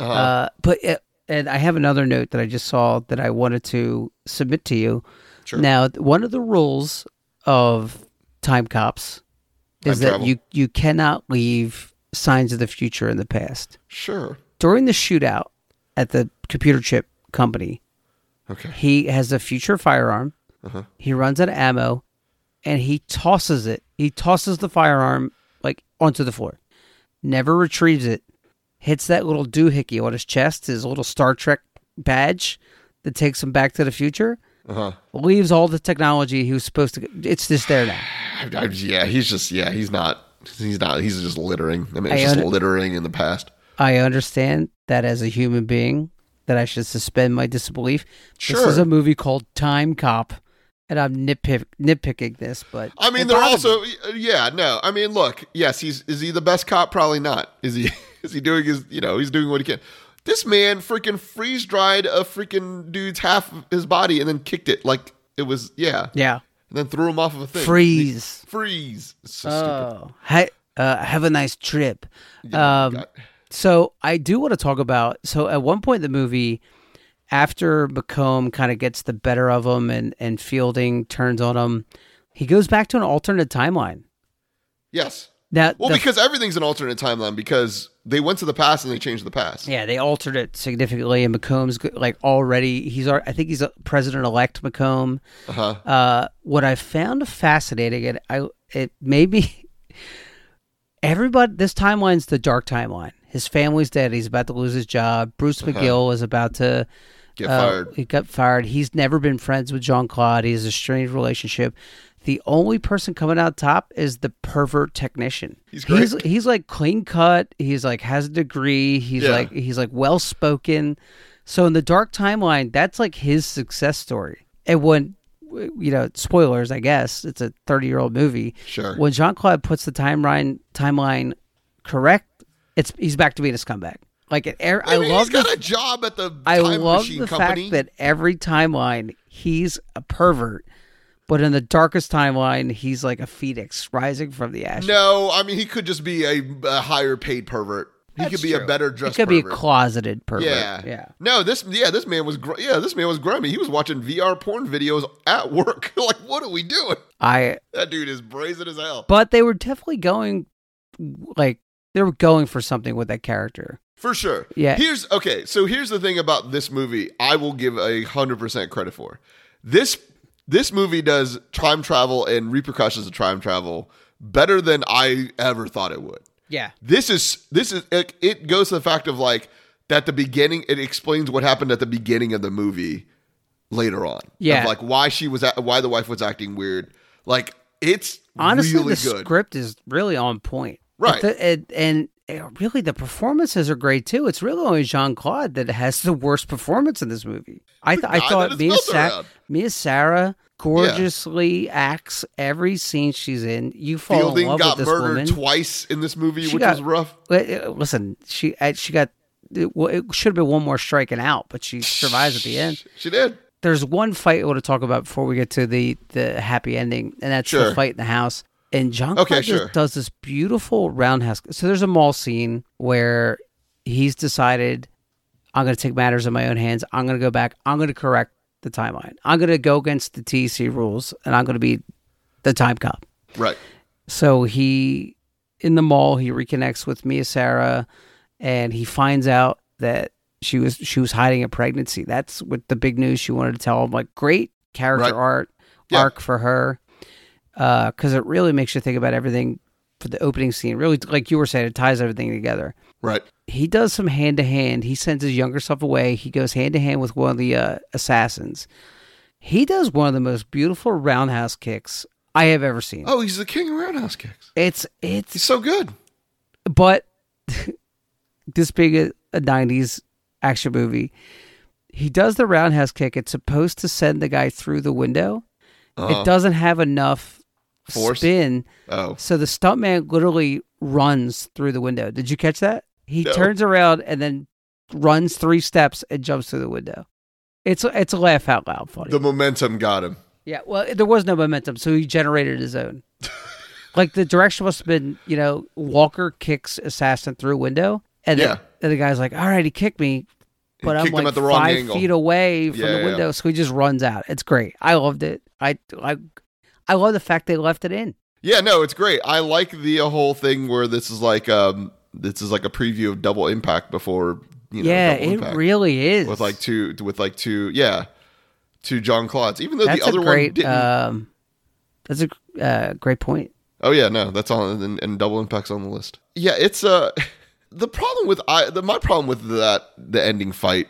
[SPEAKER 1] Uh-huh.
[SPEAKER 2] Uh, but it, and I have another note that I just saw that I wanted to submit to you.
[SPEAKER 1] Sure.
[SPEAKER 2] Now, th- one of the rules of time cops
[SPEAKER 1] Time
[SPEAKER 2] is that
[SPEAKER 1] travel.
[SPEAKER 2] you you cannot leave signs of the future in the past.
[SPEAKER 1] sure.
[SPEAKER 2] During the shootout at the computer chip company,
[SPEAKER 1] Okay.
[SPEAKER 2] he has a future firearm.
[SPEAKER 1] Uh-huh.
[SPEAKER 2] He runs out of ammo, and he tosses it. He tosses the firearm like onto the floor. Never retrieves it. Hits that little doohickey on his chest, his little Star Trek badge that takes him back to the future.
[SPEAKER 1] Uh huh.
[SPEAKER 2] Leaves all the technology he was supposed to. It's just there now.
[SPEAKER 1] yeah, he's just yeah, he's not. He's not. He's just littering. I mean,
[SPEAKER 2] I
[SPEAKER 1] it's just
[SPEAKER 2] under-
[SPEAKER 1] littering in the past.
[SPEAKER 2] I understand that as a human being, that I should suspend my disbelief. This is
[SPEAKER 1] Sure.
[SPEAKER 2] a movie called Time Cop, and I'm nitpick- nitpicking this, but
[SPEAKER 1] I mean,
[SPEAKER 2] it
[SPEAKER 1] they're
[SPEAKER 2] bothered me.
[SPEAKER 1] also yeah, no. I mean, look, yes, he's is he the best cop? Probably not. Is he? <laughs> Is he doing his? You know, he's doing what he can. This man freaking freeze dried a freaking dude's half of his body and then kicked it like it was yeah,
[SPEAKER 2] yeah
[SPEAKER 1] and then threw him off of a thing.
[SPEAKER 2] freeze.
[SPEAKER 1] freeze. It's so stupid.
[SPEAKER 2] Oh, hi, uh, have a nice trip. um,
[SPEAKER 1] God.
[SPEAKER 2] So I do want to talk about. So at one point in the movie, after Macomb kind of gets the better of him and and Fielding turns on him, he goes back to an alternate timeline.
[SPEAKER 1] Yes.
[SPEAKER 2] Now,
[SPEAKER 1] Well,
[SPEAKER 2] the-
[SPEAKER 1] because everything's an alternate timeline because they went to the past and they changed the past.
[SPEAKER 2] yeah, they altered it significantly, and Macomb's go- like already he's al- I think he's a president elect Macomb.
[SPEAKER 1] Uh huh.
[SPEAKER 2] Uh, what I found fascinating, and I it made me everybody this timeline's the dark timeline. His family's dead. He's about to lose his job. Bruce McGill is about to
[SPEAKER 1] Uh-huh. Get
[SPEAKER 2] uh,
[SPEAKER 1] fired.
[SPEAKER 2] He got fired. He's never been friends with Jean Claude. He has a strange relationship. The only person coming out top is the pervert technician.
[SPEAKER 1] He's great.
[SPEAKER 2] He's, he's like clean cut. He's like has a degree. He's
[SPEAKER 1] Yeah.
[SPEAKER 2] like he's like well spoken. So in the dark timeline, that's like his success story. And when you know spoilers, I guess it's a thirty year old movie.
[SPEAKER 1] Sure.
[SPEAKER 2] When Jean Claude puts the timeline timeline correct, it's he's back to being a scumbag. Like it, er, I,
[SPEAKER 1] I, mean,
[SPEAKER 2] love
[SPEAKER 1] he's got
[SPEAKER 2] the
[SPEAKER 1] a job at the time
[SPEAKER 2] I love
[SPEAKER 1] machine
[SPEAKER 2] the
[SPEAKER 1] company.
[SPEAKER 2] fact that every timeline he's a pervert, but in the darkest timeline he's like a phoenix rising from the ashes.
[SPEAKER 1] No, I mean he could just be a, a higher paid pervert. He could be a better
[SPEAKER 2] it
[SPEAKER 1] dressed.
[SPEAKER 2] could be a
[SPEAKER 1] pervert.
[SPEAKER 2] closeted pervert.
[SPEAKER 1] yeah,
[SPEAKER 2] yeah.
[SPEAKER 1] No, this yeah, this man was gr- yeah, this man was grimy. He was watching VR porn videos at work. <laughs> like, what are we doing?
[SPEAKER 2] I
[SPEAKER 1] That dude is brazen as hell.
[SPEAKER 2] but they were definitely going like they were going for something with that character.
[SPEAKER 1] For sure.
[SPEAKER 2] Yeah.
[SPEAKER 1] Here's okay. So here's the thing about this movie. I will give a hundred percent credit for this. This movie does time travel and repercussions of time travel better than I ever thought it would.
[SPEAKER 2] Yeah.
[SPEAKER 1] This is this is it, it goes to the fact of like that the beginning. It explains what happened at the beginning of the movie later on.
[SPEAKER 2] Yeah.
[SPEAKER 1] Of, like why she was a- why the wife was acting weird. Like it's
[SPEAKER 2] Honestly,
[SPEAKER 1] really
[SPEAKER 2] the
[SPEAKER 1] good.
[SPEAKER 2] script is really on point.
[SPEAKER 1] Right.
[SPEAKER 2] The- and, and and really the performances are great too. It's really only Jean Claude that has the worst performance in this movie. I, th-
[SPEAKER 1] guy
[SPEAKER 2] I
[SPEAKER 1] that
[SPEAKER 2] thought
[SPEAKER 1] is
[SPEAKER 2] Mia,
[SPEAKER 1] built
[SPEAKER 2] Sa-
[SPEAKER 1] around.
[SPEAKER 2] Mia Sarah gorgeously acts every scene she's in. You fall in
[SPEAKER 1] Fielding
[SPEAKER 2] love
[SPEAKER 1] got
[SPEAKER 2] with this
[SPEAKER 1] murdered
[SPEAKER 2] woman.
[SPEAKER 1] twice in this movie,
[SPEAKER 2] She
[SPEAKER 1] which
[SPEAKER 2] got-
[SPEAKER 1] was rough.
[SPEAKER 2] Li- uh, Listen, she uh, she got it, well, it should have been one more striking out, but she survives at the end.
[SPEAKER 1] She did.
[SPEAKER 2] There's one fight I want to talk about before we get to the the happy ending, and that's
[SPEAKER 1] Sure.
[SPEAKER 2] the fight in the house. And John
[SPEAKER 1] Okay,
[SPEAKER 2] Clark
[SPEAKER 1] sure.
[SPEAKER 2] does this beautiful roundhouse. So there's a mall scene where he's decided I'm going to take matters in my own hands. I'm going to go back. I'm going to correct the timeline. I'm going to go against the TC rules, and I'm going to be the time cop.
[SPEAKER 1] Right.
[SPEAKER 2] So he in the mall he reconnects with Mia Sarah and he finds out that she was she was hiding a pregnancy. That's what the big news she wanted to tell him. Like great character
[SPEAKER 1] Right.
[SPEAKER 2] art
[SPEAKER 1] Yeah.
[SPEAKER 2] arc for her. Uh, 'cause cuz it really makes you think about everything for the opening scene. Really like you were saying it ties everything together.
[SPEAKER 1] Right.
[SPEAKER 2] He does some hand to hand. He sends his younger self away. He goes hand to hand with one of the uh, assassins. He does one of the most beautiful roundhouse kicks I have ever seen.
[SPEAKER 1] Oh, he's the king of roundhouse kicks.
[SPEAKER 2] It's it's
[SPEAKER 1] He's so good.
[SPEAKER 2] but <laughs> this being a, a 90s action movie he does the roundhouse kick it's supposed to send the guy through the window
[SPEAKER 1] Uh-huh.
[SPEAKER 2] it doesn't have enough
[SPEAKER 1] Force?
[SPEAKER 2] spin.
[SPEAKER 1] Oh,
[SPEAKER 2] So the stuntman literally runs through the window. Did you catch that? He
[SPEAKER 1] No.
[SPEAKER 2] turns around and then runs three steps and jumps through the window. It's it's a laugh out loud funny.
[SPEAKER 1] the momentum got him.
[SPEAKER 2] yeah, well, there was no momentum, so he generated his
[SPEAKER 1] <laughs>
[SPEAKER 2] own. like the direction must have been, you know, Walker kicks assassin through window, and
[SPEAKER 1] Yeah.
[SPEAKER 2] the, and the guy's like, "All right, he kicked me." But I'm
[SPEAKER 1] kicked him
[SPEAKER 2] like
[SPEAKER 1] at the wrong
[SPEAKER 2] five
[SPEAKER 1] angle.
[SPEAKER 2] feet away from
[SPEAKER 1] Yeah,
[SPEAKER 2] the
[SPEAKER 1] yeah.
[SPEAKER 2] window, so he just runs out. It's great. I loved it. I I I love the fact they left it in.
[SPEAKER 1] Yeah, no, it's great. I like the uh, whole thing where this is like um this is like a preview of Double Impact before you know.
[SPEAKER 2] yeah,
[SPEAKER 1] Double
[SPEAKER 2] it
[SPEAKER 1] Impact.
[SPEAKER 2] really is.
[SPEAKER 1] with like two with like two yeah two John Clots. Even though
[SPEAKER 2] that's
[SPEAKER 1] the other
[SPEAKER 2] a great,
[SPEAKER 1] one didn't.
[SPEAKER 2] um, that's a uh, great point.
[SPEAKER 1] oh yeah, no, that's on and, and Double Impact's on the list. Yeah, it's uh <laughs> the problem with I the, my problem with that the ending fight,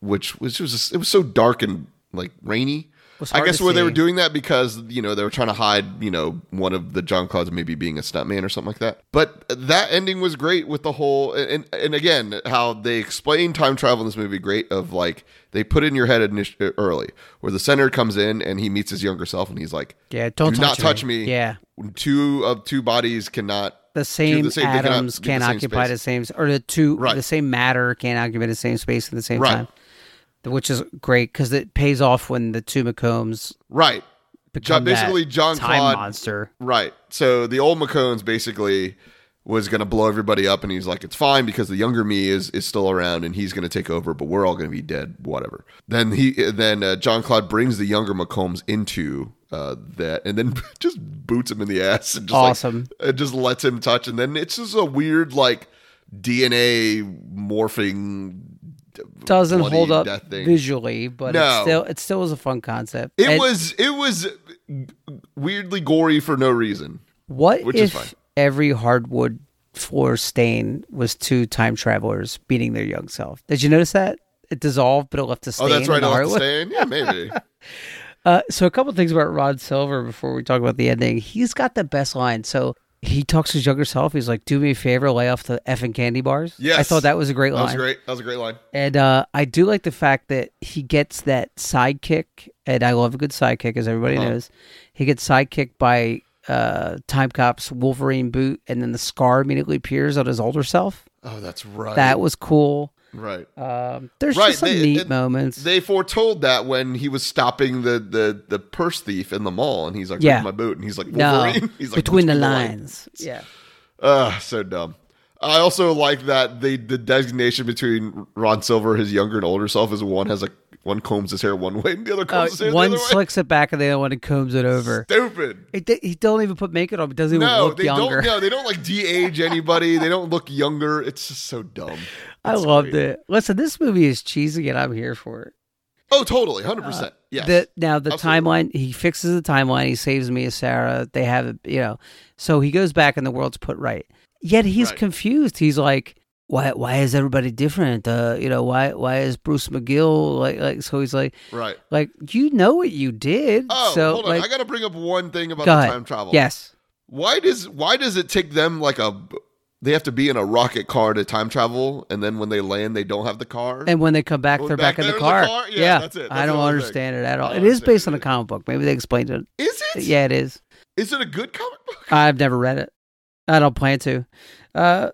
[SPEAKER 1] which which was just, it was so dark and like rainy.
[SPEAKER 2] was
[SPEAKER 1] I
[SPEAKER 2] hard
[SPEAKER 1] guess
[SPEAKER 2] to
[SPEAKER 1] where they
[SPEAKER 2] see.
[SPEAKER 1] were doing that because you know they were trying to hide you know one of the John Claude's maybe being a stuntman or something like that. But that ending was great with the whole and and again how they explain time travel in this movie great of like they put it in your head initi- early where the senator comes in and he meets his younger self and he's like
[SPEAKER 2] Yeah, don't
[SPEAKER 1] Do not
[SPEAKER 2] touch
[SPEAKER 1] touch me.
[SPEAKER 2] Yeah,
[SPEAKER 1] two of two bodies cannot
[SPEAKER 2] the same,
[SPEAKER 1] the same- they cannot
[SPEAKER 2] atoms
[SPEAKER 1] be the
[SPEAKER 2] can
[SPEAKER 1] same
[SPEAKER 2] occupy
[SPEAKER 1] space.
[SPEAKER 2] the same, or the two,
[SPEAKER 1] Right.
[SPEAKER 2] the same matter can occupy the same space at the same
[SPEAKER 1] Right.
[SPEAKER 2] time, which is great because it pays off when the two McCombs
[SPEAKER 1] right
[SPEAKER 2] become that
[SPEAKER 1] basically John
[SPEAKER 2] time
[SPEAKER 1] Claude-
[SPEAKER 2] monster.
[SPEAKER 1] Right. So the old McCones basically was going to blow everybody up, and he's like, "It's fine because the younger me is is still around, and he's going to take over, but we're all going to be dead, whatever." Then he then uh, John Claude brings the younger McCombs into uh, that, and then <laughs> just boots him in the ass and just like,
[SPEAKER 2] Awesome.
[SPEAKER 1] and just lets him touch, and then it's just a weird like DNA morphing.
[SPEAKER 2] Doesn't
[SPEAKER 1] bloody
[SPEAKER 2] hold up
[SPEAKER 1] death thing.
[SPEAKER 2] visually, but
[SPEAKER 1] No.
[SPEAKER 2] it still it still was a fun concept.
[SPEAKER 1] It
[SPEAKER 2] And
[SPEAKER 1] was it was weirdly gory for no reason.
[SPEAKER 2] what
[SPEAKER 1] which is
[SPEAKER 2] if
[SPEAKER 1] fine.
[SPEAKER 2] every hardwood floor stain was two time travelers beating their young self? Did you notice that? It dissolved, but it left a stain.
[SPEAKER 1] Oh, that's right.
[SPEAKER 2] in the
[SPEAKER 1] I'll have to
[SPEAKER 2] hardwood.
[SPEAKER 1] stay in. Yeah,
[SPEAKER 2] <laughs>
[SPEAKER 1] maybe.
[SPEAKER 2] Uh, so a couple things about Rod Silver before we talk about the ending. He's got the best line. So he talks to his younger self. He's like, "Do me a favor, lay off the effing candy bars."
[SPEAKER 1] Yes.
[SPEAKER 2] I thought that was a great
[SPEAKER 1] That was
[SPEAKER 2] line.
[SPEAKER 1] great. That was a great line.
[SPEAKER 2] And uh, I do like the fact that he gets that sidekick, and I love a good sidekick, as everybody
[SPEAKER 1] Uh-huh.
[SPEAKER 2] knows. He gets sidekicked by uh, Time Cop's Wolverine boot, and then the scar immediately appears on his older self.
[SPEAKER 1] Oh, that's right.
[SPEAKER 2] That was cool.
[SPEAKER 1] right.
[SPEAKER 2] Um, there's
[SPEAKER 1] Right,
[SPEAKER 2] just some
[SPEAKER 1] they-
[SPEAKER 2] neat
[SPEAKER 1] it-
[SPEAKER 2] moments.
[SPEAKER 1] They foretold that when he was stopping the the the purse thief in the mall, and he's like,
[SPEAKER 2] Yeah.
[SPEAKER 1] "Where's my boot," and he's like,
[SPEAKER 2] no,
[SPEAKER 1] "Wolverine." <laughs> he's like,
[SPEAKER 2] between the
[SPEAKER 1] "Between
[SPEAKER 2] lines. Yeah.
[SPEAKER 1] Ugh, so dumb. I also like that the the designation between Ron Silver, his younger and older self, is one has a one combs his hair one way and the other
[SPEAKER 2] Uh,
[SPEAKER 1] combs his hair
[SPEAKER 2] one
[SPEAKER 1] the other
[SPEAKER 2] slicks it back and the other one combs it over.
[SPEAKER 1] way. Stupid.
[SPEAKER 2] It, di- he don't even put makeup on. It doesn't even
[SPEAKER 1] No,
[SPEAKER 2] look
[SPEAKER 1] they
[SPEAKER 2] younger.
[SPEAKER 1] don't. No, they don't like de-age anybody. they don't look younger. It's just so dumb.
[SPEAKER 2] <laughs> I
[SPEAKER 1] It's
[SPEAKER 2] loved
[SPEAKER 1] great.
[SPEAKER 2] it. Listen, this movie is cheesy, and I'm here for it.
[SPEAKER 1] Oh, totally, hundred percent. Yes.
[SPEAKER 2] Uh, The, now the
[SPEAKER 1] Absolutely.
[SPEAKER 2] timeline. He fixes the timeline. He saves me as Sarah. They have it. You know, so he goes back and the world's put right. Yet he's
[SPEAKER 1] Right.
[SPEAKER 2] confused. He's like, why? Why is everybody different? Uh, you know, why? Why is Bruce McGill like? Like so? He's like,
[SPEAKER 1] right.
[SPEAKER 2] like you know what you did.
[SPEAKER 1] Oh,
[SPEAKER 2] so
[SPEAKER 1] hold on.
[SPEAKER 2] like,
[SPEAKER 1] I got to bring up one thing about
[SPEAKER 2] Go
[SPEAKER 1] the
[SPEAKER 2] ahead.
[SPEAKER 1] time travel.
[SPEAKER 2] yes,
[SPEAKER 1] Why does why does it take them like a they have to be in a rocket car to time travel and then when they land they don't have the car?
[SPEAKER 2] And when they come back,
[SPEAKER 1] Well,
[SPEAKER 2] they're
[SPEAKER 1] back
[SPEAKER 2] back, in
[SPEAKER 1] there
[SPEAKER 2] the
[SPEAKER 1] in the
[SPEAKER 2] car.
[SPEAKER 1] car? Yeah, that's
[SPEAKER 2] <laughs>
[SPEAKER 1] it.
[SPEAKER 2] I
[SPEAKER 1] That's
[SPEAKER 2] don't
[SPEAKER 1] the whole thing.
[SPEAKER 2] understand it at
[SPEAKER 1] I
[SPEAKER 2] all. It
[SPEAKER 1] don't
[SPEAKER 2] is based on
[SPEAKER 1] understand
[SPEAKER 2] a
[SPEAKER 1] it.
[SPEAKER 2] comic book. Maybe they explained it.
[SPEAKER 1] is it?
[SPEAKER 2] Yeah, Uh, it is.
[SPEAKER 1] Is it a good comic book?
[SPEAKER 2] I've never read it. I don't plan to. Uh,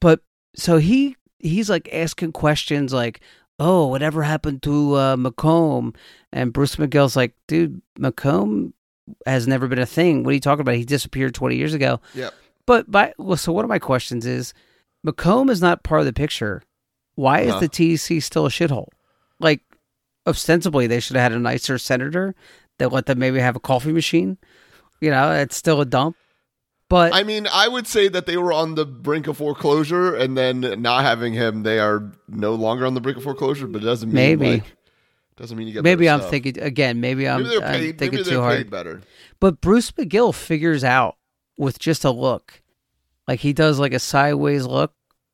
[SPEAKER 2] but so he he's like asking questions like, "Oh, whatever happened to uh, Macomb?" And Bruce McGill's like, "Dude, Macomb has never been a thing. What are you talking about? He disappeared twenty years ago."
[SPEAKER 1] Yep.
[SPEAKER 2] But by well, so one of my questions is, Macomb is not part of the picture. Why
[SPEAKER 1] Uh-huh.
[SPEAKER 2] is the TEC still a shithole? Like, ostensibly, they should have had a nicer senator that let them maybe have a coffee machine. You know, it's still a dump. But
[SPEAKER 1] I mean, I would say that they were on the brink of foreclosure and then not having him they are no longer on the brink of foreclosure, but it doesn't mean
[SPEAKER 2] Maybe.
[SPEAKER 1] like, doesn't mean you get
[SPEAKER 2] maybe
[SPEAKER 1] better
[SPEAKER 2] I'm
[SPEAKER 1] stuff.
[SPEAKER 2] thinking again. Maybe I'm,
[SPEAKER 1] maybe they're
[SPEAKER 2] I'm
[SPEAKER 1] paid
[SPEAKER 2] thinking
[SPEAKER 1] maybe
[SPEAKER 2] too
[SPEAKER 1] they're
[SPEAKER 2] hard.
[SPEAKER 1] paid better.
[SPEAKER 2] But Bruce McGill figures out with just a look, like he does, like a sideways look.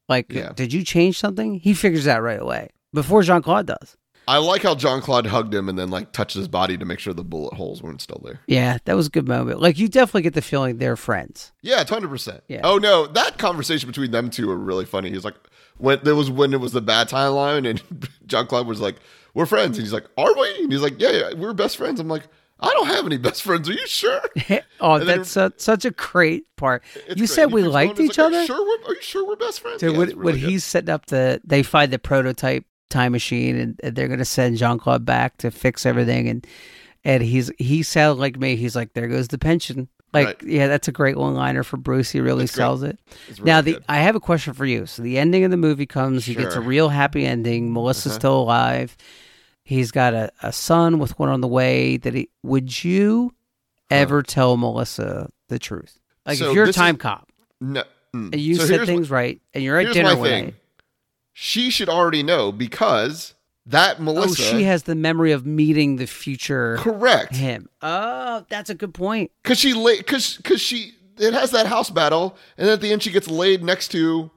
[SPEAKER 2] Like,
[SPEAKER 1] Yeah.
[SPEAKER 2] did you change something? He figures out right away before Jean Claude does.
[SPEAKER 1] I like how John Claude hugged him and then like touched his body to make sure the bullet holes weren't still there.
[SPEAKER 2] Yeah, that was a good moment. Like you definitely get the feeling they're friends. <laughs>
[SPEAKER 1] Yeah, hundred percent.
[SPEAKER 2] Yeah.
[SPEAKER 1] Oh no, that conversation between them two were really funny. He's like, when there was when it was the bad <laughs> timeline, and John Clyde was like, "We're friends," and he's like, "Are we?" And he's like, "Yeah, yeah, we're best friends." I'm like, I don't have any best friends. Are you sure? <laughs>
[SPEAKER 2] oh,
[SPEAKER 1] And then-
[SPEAKER 2] that's su- such a great part.
[SPEAKER 1] It's
[SPEAKER 2] you
[SPEAKER 1] great.
[SPEAKER 2] said
[SPEAKER 1] He
[SPEAKER 2] we
[SPEAKER 1] keeps
[SPEAKER 2] liked
[SPEAKER 1] going.
[SPEAKER 2] each
[SPEAKER 1] It's like,
[SPEAKER 2] other.
[SPEAKER 1] Are you sure, we're, are you sure we're best friends?
[SPEAKER 2] Dude,
[SPEAKER 1] Yeah,
[SPEAKER 2] when,
[SPEAKER 1] it's really
[SPEAKER 2] when
[SPEAKER 1] good.
[SPEAKER 2] he's setting up the, they find the prototype time machine, and, and they're gonna send Jean Claude back to fix everything, and and he's he sounds like me. He's like, there goes the pension. Like,
[SPEAKER 1] Right.
[SPEAKER 2] yeah, that's a great one liner for Bruce. He really
[SPEAKER 1] That's great.
[SPEAKER 2] sells it.
[SPEAKER 1] It's
[SPEAKER 2] now,
[SPEAKER 1] really
[SPEAKER 2] the I have a question for you. So the ending of the movie comes. He gets a
[SPEAKER 1] Sure. Mm-hmm.
[SPEAKER 2] real happy ending. Melissa's still alive. He's got a, a son with one on the way. That he would you ever tell Melissa the truth? Like
[SPEAKER 1] So
[SPEAKER 2] if you're a
[SPEAKER 1] this is-
[SPEAKER 2] time cop
[SPEAKER 1] good. no, mm.
[SPEAKER 2] and you
[SPEAKER 1] So
[SPEAKER 2] said
[SPEAKER 1] here's
[SPEAKER 2] things right and you're at
[SPEAKER 1] here's
[SPEAKER 2] dinner
[SPEAKER 1] my
[SPEAKER 2] one
[SPEAKER 1] thing.
[SPEAKER 2] night.
[SPEAKER 1] She should already know because that Melissa.
[SPEAKER 2] Oh, she has the memory of meeting the future
[SPEAKER 1] correct
[SPEAKER 2] him. Oh, that's a good point.
[SPEAKER 1] because she lay because because she it has that house battle and then at the end she gets laid next to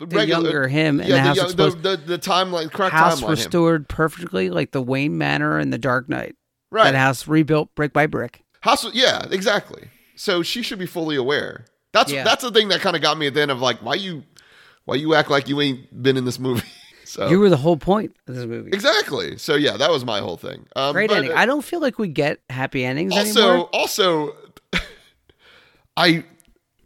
[SPEAKER 1] the
[SPEAKER 2] The younger him and the house
[SPEAKER 1] young-
[SPEAKER 2] exposed.
[SPEAKER 1] the, the timeline correct
[SPEAKER 2] house
[SPEAKER 1] timeline him.
[SPEAKER 2] restored perfectly, like the Wayne Manor and the Dark Knight.
[SPEAKER 1] right
[SPEAKER 2] That house rebuilt brick by brick.
[SPEAKER 1] House, yeah, exactly. So she should be fully aware. That's
[SPEAKER 2] Yeah.
[SPEAKER 1] that's the thing that kind of got me at the end of like, why you, why you act like you ain't been in this movie? <laughs> So
[SPEAKER 2] You were the whole point of this movie.
[SPEAKER 1] exactly. So yeah, that was my whole thing. Um,
[SPEAKER 2] Great
[SPEAKER 1] but
[SPEAKER 2] ending. I don't feel like we get happy endings
[SPEAKER 1] Also,
[SPEAKER 2] anymore.
[SPEAKER 1] also, I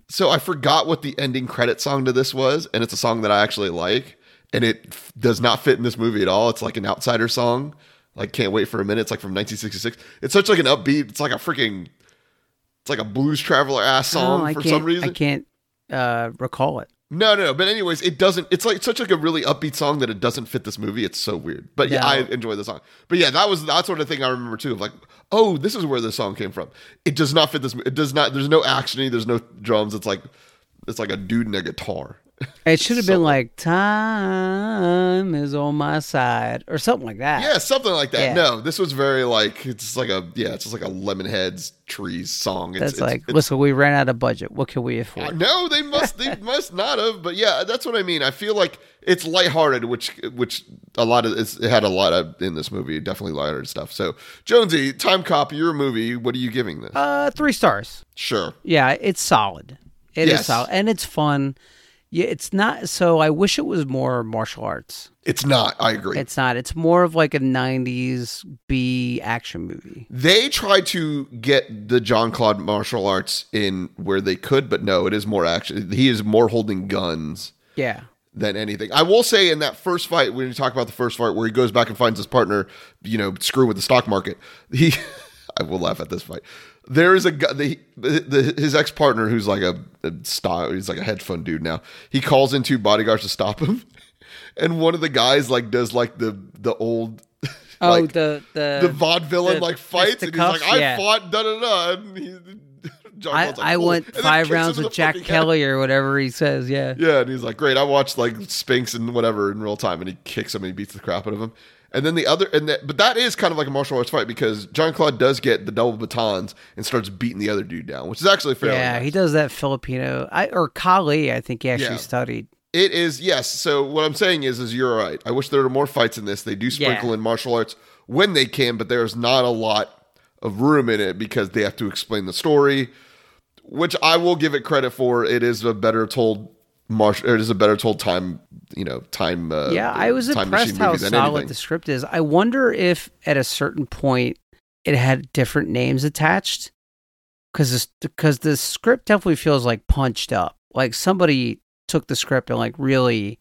[SPEAKER 1] so I forgot what the ending credit song to this was, and it's a song that I actually like, and it f- does not fit in this movie at all. It's like an outsider song. Like can't wait for a minute. It's like from 1966. It's such like an upbeat. It's like a freaking. It's like a blues traveler ass song
[SPEAKER 2] Oh, I
[SPEAKER 1] for
[SPEAKER 2] can't,
[SPEAKER 1] some reason.
[SPEAKER 2] I can't uh, recall it.
[SPEAKER 1] No, no, no. But anyways, it doesn't. It's like such like a really upbeat song that it doesn't fit this movie. It's so weird. But yeah,
[SPEAKER 2] No.
[SPEAKER 1] I enjoy the song. But yeah, that was that sort of thing I remember too. Of like, oh, this is where this song came from. It does not fit this. It does not. There's no actiony. There's no drums. It's like it's like a dude and a guitar. <laughs>
[SPEAKER 2] It should have been like "Time is on my side" or something like that.
[SPEAKER 1] yeah, something like that.
[SPEAKER 2] Yeah.
[SPEAKER 1] No, this was very like it's just like a yeah, it's just like a Lemonheads trees song. It's,
[SPEAKER 2] That's
[SPEAKER 1] it's-
[SPEAKER 2] like, listen, we ran out of budget. What can we afford?
[SPEAKER 1] No, they must they must not have. But yeah, that's what I mean. I feel like it's lighthearted, which which a lot of it's, it had a lot of in this movie. Definitely lighthearted stuff. So Jonesy, time cop, your movie. What are you giving this?
[SPEAKER 2] Uh, three stars.
[SPEAKER 1] sure,
[SPEAKER 2] Yeah, it's solid. It is
[SPEAKER 1] Yes.
[SPEAKER 2] solid, and it's fun. Yeah, it's not. So I wish it was more martial arts.
[SPEAKER 1] it's not. I agree.
[SPEAKER 2] It's not. It's more of like a '90s B action movie.
[SPEAKER 1] they tried to get the John Claude martial arts in where they could, but no, it is more action. He is more holding guns.
[SPEAKER 2] Yeah.
[SPEAKER 1] than anything. I will say in that first fight, when you talk about the first fight where he goes back and finds his partner, you know, screw with the stock market. He, <laughs> I will laugh at this fight. There is a guy, the, the, his ex partner who's like a, a stock, he's like a hedge fund dude now. He calls in two bodyguards to stop him, <laughs> and one of the guys like does like the the old.
[SPEAKER 2] Oh,
[SPEAKER 1] like,
[SPEAKER 2] the the
[SPEAKER 1] the vaudevillain
[SPEAKER 2] the-
[SPEAKER 1] like
[SPEAKER 2] fist
[SPEAKER 1] fights
[SPEAKER 2] to
[SPEAKER 1] and
[SPEAKER 2] cuffs,
[SPEAKER 1] he's like, I
[SPEAKER 2] yeah.
[SPEAKER 1] fought da da da. And he, <laughs> John
[SPEAKER 2] I,
[SPEAKER 1] Claude's like,
[SPEAKER 2] I
[SPEAKER 1] "Cool."
[SPEAKER 2] went
[SPEAKER 1] And then
[SPEAKER 2] five
[SPEAKER 1] kicks him
[SPEAKER 2] rounds
[SPEAKER 1] in
[SPEAKER 2] with
[SPEAKER 1] the
[SPEAKER 2] Jack
[SPEAKER 1] fucking head.
[SPEAKER 2] Kelly or whatever he says. Yeah.
[SPEAKER 1] Yeah, and he's like, "Great, I watched like Spinks and whatever in real time," and he kicks him and he beats the crap out of him. And then the other, and that, but that is kind of like a martial arts fight because John Claude does get the double batons and starts beating the other dude down, which is actually fairly.
[SPEAKER 2] yeah,
[SPEAKER 1] nice.
[SPEAKER 2] he does that Filipino I or Kali, I think he actually
[SPEAKER 1] Yeah.
[SPEAKER 2] studied.
[SPEAKER 1] it is yes. So what I'm saying is, is you're right. I wish there were more fights in this. They do sprinkle
[SPEAKER 2] Yeah.
[SPEAKER 1] in martial arts when they can, but there's not a lot of room in it because they have to explain the story, which I will give it credit for. It is a better told. Martial, it is a better told time, you know, time. Uh,
[SPEAKER 2] yeah, I was
[SPEAKER 1] time machine
[SPEAKER 2] impressed how
[SPEAKER 1] movie than
[SPEAKER 2] solid
[SPEAKER 1] anything.
[SPEAKER 2] the script is. I wonder if at a certain point it had different names attached because because the script definitely feels like punched up. Like somebody took the script and like really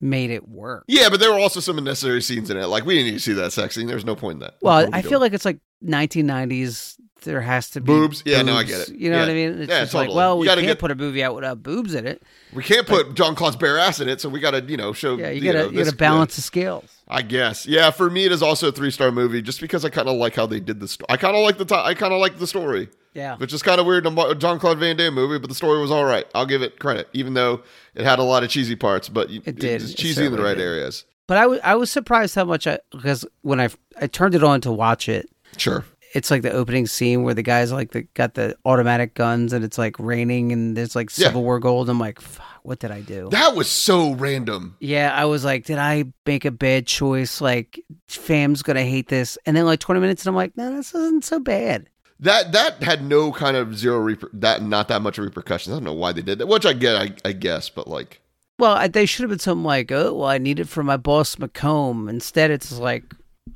[SPEAKER 2] made it work.
[SPEAKER 1] Yeah, but there were also some unnecessary scenes in it. Like we didn't need to see that sex scene. There's no point in that.
[SPEAKER 2] Well, I feel like it's like 1990s. There has to be
[SPEAKER 1] Boobs? Yeah, no, I get
[SPEAKER 2] boobs.
[SPEAKER 1] it.
[SPEAKER 2] You know
[SPEAKER 1] Yeah.
[SPEAKER 2] what I mean? It's
[SPEAKER 1] Yeah,
[SPEAKER 2] just like,
[SPEAKER 1] totally.
[SPEAKER 2] well,
[SPEAKER 1] You
[SPEAKER 2] we
[SPEAKER 1] gotta
[SPEAKER 2] can't
[SPEAKER 1] get-
[SPEAKER 2] put a movie out without boobs in it.
[SPEAKER 1] we can't put John Claude's bare ass in it, so we got to you know show.
[SPEAKER 2] Yeah, you
[SPEAKER 1] know,
[SPEAKER 2] gotta you
[SPEAKER 1] this-
[SPEAKER 2] gotta balance the scales.
[SPEAKER 1] yeah, I guess. Yeah, for me it is also a three star movie, just because I kind of like how they did the. Sto- I kind of like the. To- I kind of like the story,
[SPEAKER 2] Yeah,
[SPEAKER 1] which is kind of weird. in A John Claude Van Damme movie, but the story was all right. I'll give it credit, even though it had a lot of cheesy parts. But you-
[SPEAKER 2] It did.
[SPEAKER 1] It's
[SPEAKER 2] It
[SPEAKER 1] cheesy in the
[SPEAKER 2] certainly
[SPEAKER 1] right
[SPEAKER 2] did.
[SPEAKER 1] areas.
[SPEAKER 2] but I was I was surprised how much I because when I I turned it on to watch it,
[SPEAKER 1] Sure.
[SPEAKER 2] it's like the opening scene where the guys like the, got the automatic guns and it's like raining and there's like
[SPEAKER 1] Yeah.
[SPEAKER 2] Civil War gold. I'm like, Fuck, what did I do?
[SPEAKER 1] That was so random.
[SPEAKER 2] Yeah, I was like, did I make a bad choice? Like, fam's gonna hate this. And then like 20 minutes, and I'm like, no, this isn't so bad.
[SPEAKER 1] That that had no kind of zero reper- that not that much repercussions. I don't know why they did that, which I get, I, I guess, but like
[SPEAKER 2] Well, I, they should have been something like, oh, well, I need it for my boss McComb. Instead, it's just like,